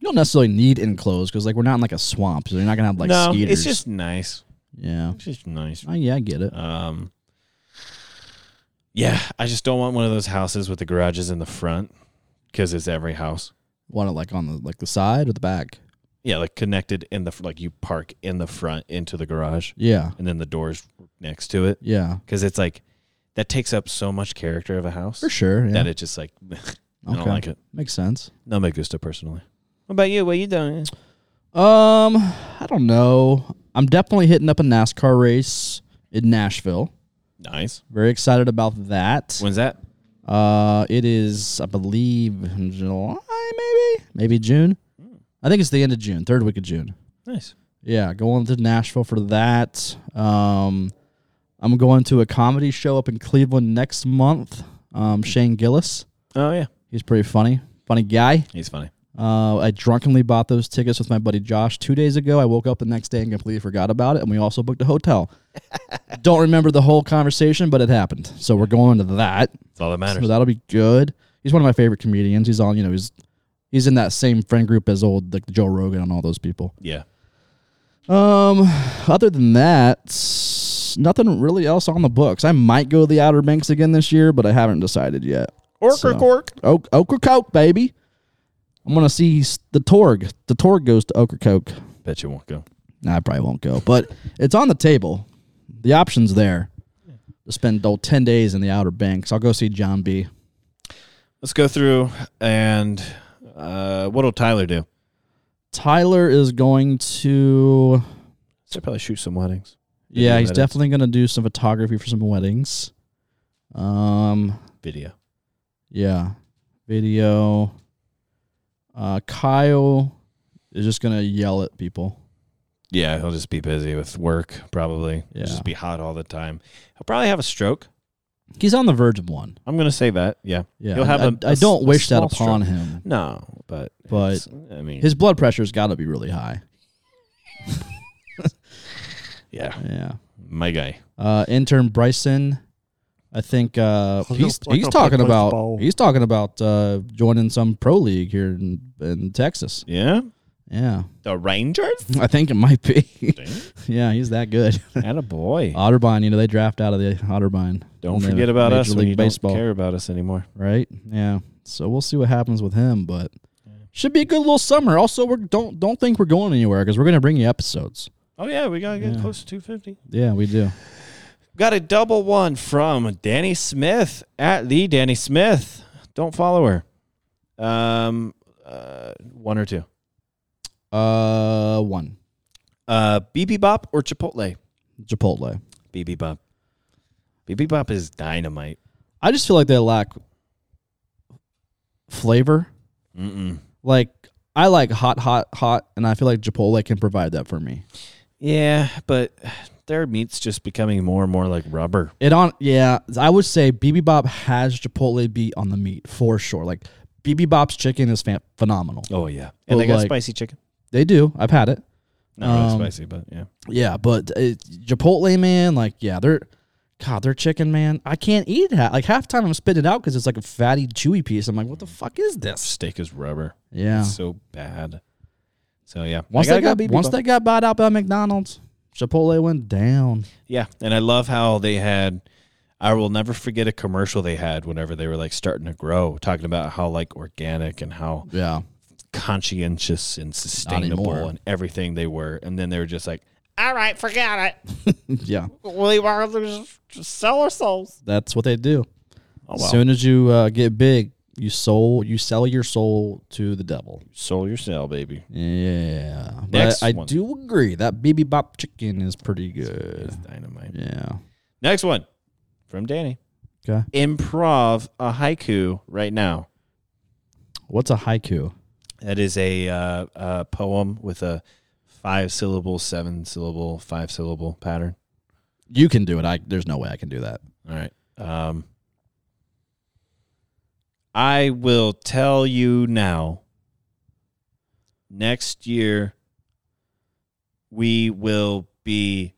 [SPEAKER 2] You don't necessarily need enclosed because like we're not in like a swamp, so you're not gonna have like
[SPEAKER 3] no,
[SPEAKER 2] skeeters.
[SPEAKER 3] it's just nice.
[SPEAKER 2] yeah.
[SPEAKER 3] It's just nice.
[SPEAKER 2] Oh, yeah, I get it.
[SPEAKER 3] Um, yeah, I just don't want one of those houses with the garages in the front because it's every house.
[SPEAKER 2] Want it like on the like the side or the back?
[SPEAKER 3] Yeah, like connected in the fr- like you park in the front into the garage,
[SPEAKER 2] Yeah.
[SPEAKER 3] and then the doors next to it
[SPEAKER 2] Yeah.
[SPEAKER 3] because it's like that takes up so much character of a house
[SPEAKER 2] For sure. Yeah.
[SPEAKER 3] that it just like I don't
[SPEAKER 2] Okay.
[SPEAKER 3] like it.
[SPEAKER 2] Makes sense.
[SPEAKER 3] No me gusta personally. What about you? What you doing?
[SPEAKER 2] Um, I don't know. I'm definitely hitting up a NASCAR race in Nashville.
[SPEAKER 3] Nice.
[SPEAKER 2] Very excited about that.
[SPEAKER 3] When's that?
[SPEAKER 2] Uh, it is, I believe, in July, maybe, maybe June. I think it's the end of June, third week of June.
[SPEAKER 3] Nice.
[SPEAKER 2] Yeah, going to Nashville for that. Um, I'm going to a comedy show up in Cleveland next month. Um, Shane Gillis,
[SPEAKER 3] Oh yeah,
[SPEAKER 2] he's pretty funny, funny guy.
[SPEAKER 3] he's funny.
[SPEAKER 2] Uh, I drunkenly bought those tickets with my buddy Josh two days ago. I woke up the next day and completely forgot about it, and we also booked a hotel. Don't remember the whole conversation, but it happened. So we're going to that.
[SPEAKER 3] That's all that
[SPEAKER 2] So
[SPEAKER 3] matters.
[SPEAKER 2] that'll be good. He's one of my favorite comedians. He's on, you know, he's he's in that same friend group as old like Joe Rogan and all those people.
[SPEAKER 3] Yeah.
[SPEAKER 2] Um, other than that, s- nothing really else on the books. I might go to the Outer Banks again this year, but I haven't decided yet.
[SPEAKER 3] Orc
[SPEAKER 2] So- Oak, Ocracoke, baby. I'm gonna see s- the Torg. The Torg goes to Ocracoke.
[SPEAKER 3] Bet you won't go.
[SPEAKER 2] Nah, I probably won't go, but it's on the table. The option's there. To spend oh, 10 days in the Outer Banks. I'll go see John B.
[SPEAKER 3] Let's go through and uh, what'll Tyler do?
[SPEAKER 2] Tyler is going to.
[SPEAKER 3] So probably shoot some weddings.
[SPEAKER 2] Yeah,
[SPEAKER 3] Video
[SPEAKER 2] he's
[SPEAKER 3] edits.
[SPEAKER 2] definitely going to do some photography for some weddings. Um,
[SPEAKER 3] Video.
[SPEAKER 2] yeah, video. Uh, Kyle is just going to yell at people.
[SPEAKER 3] Yeah, he'll just be busy with work probably.
[SPEAKER 2] Yeah.
[SPEAKER 3] He'll just be hot all the time. He'll probably have a stroke.
[SPEAKER 2] He's on the verge of one.
[SPEAKER 3] I'm gonna say that. Yeah.
[SPEAKER 2] Yeah,
[SPEAKER 3] He'll have
[SPEAKER 2] I,
[SPEAKER 3] a-
[SPEAKER 2] I- I
[SPEAKER 3] a
[SPEAKER 2] don't
[SPEAKER 3] s- a
[SPEAKER 2] wish that
[SPEAKER 3] small
[SPEAKER 2] upon him,
[SPEAKER 3] No, but
[SPEAKER 2] but
[SPEAKER 3] it's- I mean,
[SPEAKER 2] his blood pressure's got to be really high.
[SPEAKER 3] yeah,
[SPEAKER 2] Yeah.
[SPEAKER 3] my guy.
[SPEAKER 2] Uh, intern Bryson, I think uh,
[SPEAKER 4] I
[SPEAKER 2] he's
[SPEAKER 4] don't- I
[SPEAKER 2] he's
[SPEAKER 4] don't play
[SPEAKER 2] talking about
[SPEAKER 4] baseball.
[SPEAKER 2] he's talking about uh, joining some pro league here in, in Texas.
[SPEAKER 3] Yeah,
[SPEAKER 2] Yeah,
[SPEAKER 3] the Rangers.
[SPEAKER 2] I think it might be.
[SPEAKER 3] Dang.
[SPEAKER 2] yeah, he's that good.
[SPEAKER 3] And a boy.
[SPEAKER 2] Otterbein, you know, they draft out of the Otterbein.
[SPEAKER 3] Don't
[SPEAKER 2] in the
[SPEAKER 3] forget about
[SPEAKER 2] Major
[SPEAKER 3] us when
[SPEAKER 2] League
[SPEAKER 3] you
[SPEAKER 2] Baseball,
[SPEAKER 3] don't care about us anymore.
[SPEAKER 2] right? Yeah. So we'll see what happens with him, but should be a good little summer. Also, we are don't don't think we're going anywhere because we're gonna bring you episodes.
[SPEAKER 3] Oh yeah, we gotta get
[SPEAKER 2] Yeah.
[SPEAKER 3] close to 250.
[SPEAKER 2] Yeah, we do.
[SPEAKER 3] Got a double one from Danny Smith at the Danny Smith. Don't follow her. Um, uh, one or two.
[SPEAKER 2] Uh, one
[SPEAKER 3] Uh, BB Bop or Chipotle?
[SPEAKER 2] Chipotle.
[SPEAKER 3] BB Bop. BB Bop is dynamite.
[SPEAKER 2] I just feel like they lack flavor.
[SPEAKER 3] Mm-mm.
[SPEAKER 2] Like I like hot, hot, hot, and I feel like Chipotle can provide that for me.
[SPEAKER 3] Yeah, but their meat's just becoming more and more like rubber.
[SPEAKER 2] It on yeah, I would say BB Bob has Chipotle beat on the meat for sure. Like BB Bob's chicken is fan- phenomenal.
[SPEAKER 3] Oh yeah, and they
[SPEAKER 2] Well,
[SPEAKER 3] got
[SPEAKER 2] like-
[SPEAKER 3] spicy chicken.
[SPEAKER 2] They do. I've had it.
[SPEAKER 3] Not really
[SPEAKER 2] Um,
[SPEAKER 3] spicy, but yeah.
[SPEAKER 2] Yeah, but it, Chipotle man, like yeah, they're God, they're chicken man. I can't eat that. Like half time I'm spitting it out because it's like a fatty, chewy piece. I'm like, what the fuck is this?
[SPEAKER 3] Steak is rubber.
[SPEAKER 2] Yeah.
[SPEAKER 3] It's so bad. So yeah,
[SPEAKER 2] Oh. Once
[SPEAKER 3] I
[SPEAKER 2] they
[SPEAKER 3] gotta
[SPEAKER 2] got
[SPEAKER 3] go BB
[SPEAKER 2] once
[SPEAKER 3] Bop.
[SPEAKER 2] they got bought out by McDonald's, Chipotle went down.
[SPEAKER 3] Yeah, and I love how they had. I will never forget a commercial they had whenever they were like starting to grow, talking about how like organic and how
[SPEAKER 2] Yeah.
[SPEAKER 3] conscientious and
[SPEAKER 2] anymore.
[SPEAKER 3] sustainable and everything they were, and then they were just like,
[SPEAKER 4] All right, forget it.
[SPEAKER 2] Yeah.
[SPEAKER 4] We want to just sell our souls.
[SPEAKER 2] That's what they do.
[SPEAKER 3] "Oh
[SPEAKER 2] As
[SPEAKER 3] wow,
[SPEAKER 2] soon as you uh, get big, you soul you sell your soul to the devil.
[SPEAKER 3] sold your sale, baby."
[SPEAKER 2] Yeah. But
[SPEAKER 3] Next
[SPEAKER 2] I, I
[SPEAKER 3] one.
[SPEAKER 2] do agree that BB Bop chicken is pretty good.
[SPEAKER 3] It's dynamite.
[SPEAKER 2] Yeah.
[SPEAKER 3] Next one from Danny.
[SPEAKER 2] Okay.
[SPEAKER 3] Improv a haiku right now.
[SPEAKER 2] What's a haiku?
[SPEAKER 3] That is a uh, uh, poem with a five syllable, seven syllable, five syllable pattern.
[SPEAKER 2] You can do it. I there's no way I can do that.
[SPEAKER 3] All right. Um, I will tell you now. Next year, we will be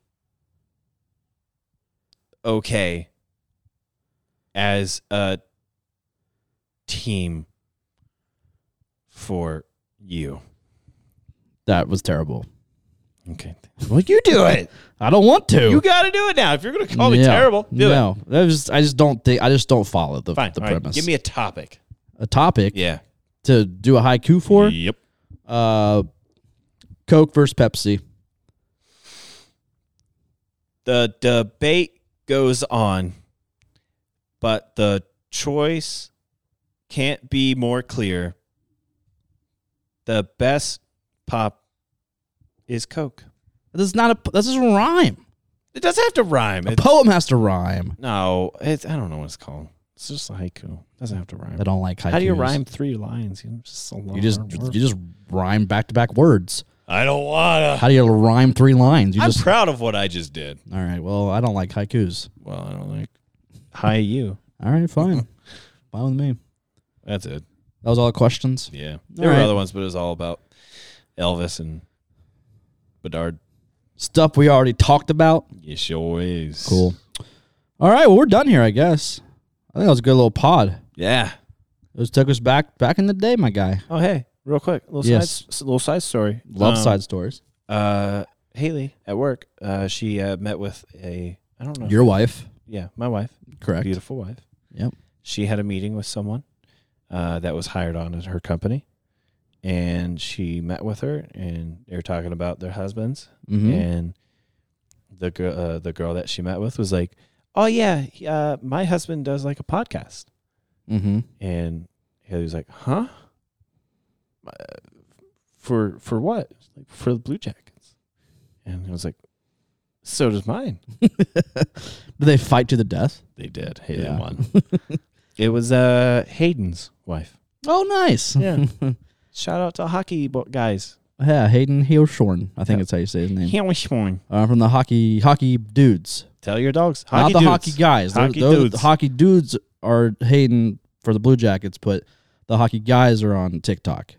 [SPEAKER 3] okay as a team for you.
[SPEAKER 2] That was terrible.
[SPEAKER 3] Okay.
[SPEAKER 2] Well, you do it. I don't want to.
[SPEAKER 3] You got to do it now. If you're going to call me
[SPEAKER 2] Yeah.
[SPEAKER 3] terrible, do it.
[SPEAKER 2] no, that was- I just don't think. I just don't follow the,
[SPEAKER 3] Fine.
[SPEAKER 2] the
[SPEAKER 3] All right.
[SPEAKER 2] premise.
[SPEAKER 3] Give me a topic.
[SPEAKER 2] a topic
[SPEAKER 3] Yeah.
[SPEAKER 2] to do a haiku for.
[SPEAKER 3] Yep.
[SPEAKER 2] Uh, Coke versus Pepsi.
[SPEAKER 3] The debate goes on, but the choice can't be more clear. The best pop is Coke.
[SPEAKER 2] This is not a. This is a rhyme.
[SPEAKER 3] It doesn't have to rhyme.
[SPEAKER 2] A
[SPEAKER 3] It's-
[SPEAKER 2] poem has to rhyme.
[SPEAKER 3] no, it's, I don't know what it's called. It's just a haiku. It doesn't have to rhyme.
[SPEAKER 2] I don't like haikus.
[SPEAKER 3] How do you rhyme three lines? You know, it's just a long
[SPEAKER 2] You just
[SPEAKER 3] word.
[SPEAKER 2] you just rhyme back to back words.
[SPEAKER 3] I don't wanna.
[SPEAKER 2] How do you rhyme three lines? You
[SPEAKER 3] I'm
[SPEAKER 2] just
[SPEAKER 3] proud of what I just did.
[SPEAKER 2] all right. Well, I don't like haikus.
[SPEAKER 3] Well, I don't like. Hi, you.
[SPEAKER 2] All right, fine, fine with me.
[SPEAKER 3] That's it.
[SPEAKER 2] That was all the questions.
[SPEAKER 3] Yeah.
[SPEAKER 2] All
[SPEAKER 3] There were
[SPEAKER 2] right.
[SPEAKER 3] other ones, but it was all about Elvis and Bedard.
[SPEAKER 2] Stuff we already talked about.
[SPEAKER 3] It sure is.
[SPEAKER 2] Cool. All right. Well, we're done here, I guess. I think that was a good little pod.
[SPEAKER 3] Yeah.
[SPEAKER 2] It was, took us back back in the day, my guy.
[SPEAKER 3] Oh, hey, real quick. Little,
[SPEAKER 2] Yes.
[SPEAKER 3] side, s- little side story.
[SPEAKER 2] Love
[SPEAKER 3] Um,
[SPEAKER 2] side stories.
[SPEAKER 3] Uh, Haley at work, uh, she uh, met with a, I don't know.
[SPEAKER 2] Your wife,
[SPEAKER 3] yeah, my wife.
[SPEAKER 2] correct?
[SPEAKER 3] Beautiful wife.
[SPEAKER 2] Yep.
[SPEAKER 3] She had a meeting with someone uh, that was hired on at her company. And she met with her, and they were talking about their husbands
[SPEAKER 2] Mm-hmm.
[SPEAKER 3] and the girl uh, the girl that she met with was like, "Oh yeah, he- uh, my husband does like a podcast,"
[SPEAKER 2] mm-hmm.
[SPEAKER 3] and Haley was like, "Huh? Uh, For for what? Like for the Blue Jackets?" And I was like, "So does mine."
[SPEAKER 2] Do they fight to the death?
[SPEAKER 3] They did. Haley
[SPEAKER 2] Yeah.
[SPEAKER 3] won. it was uh, Hayden's wife.
[SPEAKER 2] Oh, nice.
[SPEAKER 3] Yeah. Shout out to hockey bo- guys.
[SPEAKER 2] yeah, Hayden Hilshorn. I think that's how you say his
[SPEAKER 3] Mm.
[SPEAKER 2] name. Uh, from the hockey hockey dudes,
[SPEAKER 3] Tell your dogs.
[SPEAKER 2] not
[SPEAKER 3] Hockey
[SPEAKER 2] the
[SPEAKER 3] dudes.
[SPEAKER 2] hockey guys. They're-
[SPEAKER 3] Hockey
[SPEAKER 2] those-
[SPEAKER 3] dudes.
[SPEAKER 2] The hockey dudes are Hayden for the Blue Jackets, but the hockey guys are on TikTok.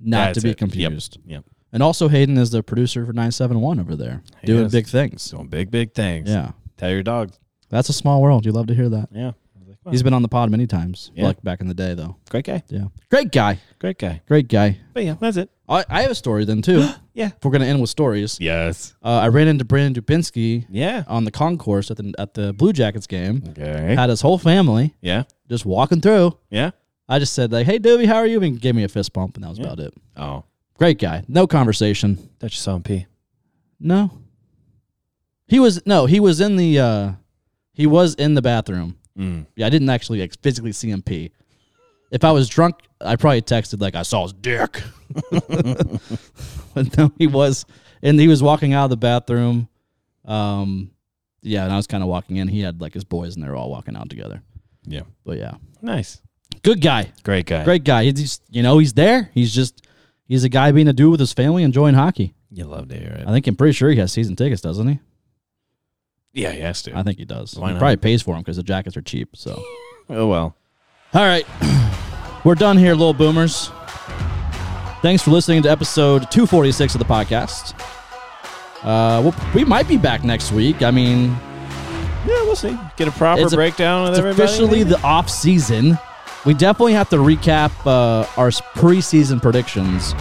[SPEAKER 2] Not
[SPEAKER 3] That's
[SPEAKER 2] to be
[SPEAKER 3] it. Yep.
[SPEAKER 2] confused.
[SPEAKER 3] Yep.
[SPEAKER 2] And also Hayden is the producer for 971 over there,
[SPEAKER 3] He
[SPEAKER 2] doing
[SPEAKER 3] is.
[SPEAKER 2] big things.
[SPEAKER 3] Doing big big things.
[SPEAKER 2] Yeah.
[SPEAKER 3] Tell your dogs.
[SPEAKER 2] That's a small world. You love to hear that.
[SPEAKER 3] Yeah. I was like, wow.
[SPEAKER 2] He's been on the pod many times,
[SPEAKER 3] Yeah.
[SPEAKER 2] like back in the day though.
[SPEAKER 3] Great guy.
[SPEAKER 2] Yeah. Great guy.
[SPEAKER 3] Great guy.
[SPEAKER 2] Great guy.
[SPEAKER 3] But yeah, that's it.
[SPEAKER 2] I, I have a story then too.
[SPEAKER 3] Yeah.
[SPEAKER 2] If we're gonna end with stories,
[SPEAKER 3] Yes.
[SPEAKER 2] uh, I ran into Brandon Dubinsky
[SPEAKER 3] Yeah.
[SPEAKER 2] on the concourse at the at the Blue Jackets game.
[SPEAKER 3] Okay.
[SPEAKER 2] Had his whole family
[SPEAKER 3] Yeah.
[SPEAKER 2] just walking through.
[SPEAKER 3] Yeah.
[SPEAKER 2] I just said like, "Hey, Doobie, how are you?" and gave me a fist bump, and that was
[SPEAKER 3] Yeah.
[SPEAKER 2] about it.
[SPEAKER 3] Oh.
[SPEAKER 2] Great guy. No conversation.
[SPEAKER 3] That's just on P.
[SPEAKER 2] No. He was no. He was in the. uh He was in the bathroom.
[SPEAKER 3] Mm.
[SPEAKER 2] Yeah, I didn't actually like, physically see him pee. If I was drunk, I probably texted like I saw his dick. but no, he was, and he was walking out of the bathroom. Um, yeah, and I was kind of walking in. He had like his boys, and they were all walking out together.
[SPEAKER 3] Yeah.
[SPEAKER 2] But yeah,
[SPEAKER 3] Nice.
[SPEAKER 2] good guy,
[SPEAKER 3] Great guy.
[SPEAKER 2] great guy. He's just, you know he's there. He's just he's a guy being a dude with his family, enjoying hockey.
[SPEAKER 3] You love to hear it.
[SPEAKER 2] I think I'm pretty sure he has season tickets, doesn't he?
[SPEAKER 3] Yeah, he has to.
[SPEAKER 2] I think he does.
[SPEAKER 3] Why
[SPEAKER 2] he
[SPEAKER 3] not?
[SPEAKER 2] probably pays for them because the jackets are cheap. So.
[SPEAKER 3] Oh well.
[SPEAKER 2] All right. We're done here, little boomers. Thanks for listening to episode 246 of the podcast. Uh, we'll, we might be back next week. I mean,
[SPEAKER 3] Yeah, we'll see. Get a proper
[SPEAKER 2] It's a-
[SPEAKER 3] breakdown
[SPEAKER 2] it's
[SPEAKER 3] with everybody.
[SPEAKER 2] officially the off season. We definitely have to recap uh, our s- preseason predictions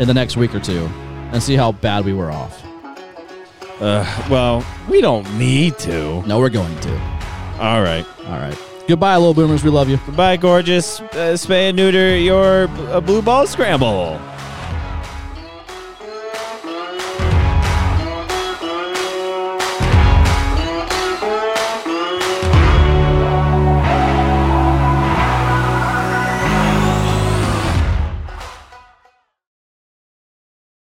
[SPEAKER 2] in the next week or two and see how bad we were off.
[SPEAKER 3] Uh, well, we don't need to.
[SPEAKER 2] No, we're going to.
[SPEAKER 3] All right.
[SPEAKER 2] All right. Goodbye, little boomers. We love you.
[SPEAKER 3] Bye, gorgeous. Uh, spay and neuter your uh, blue ball scramble.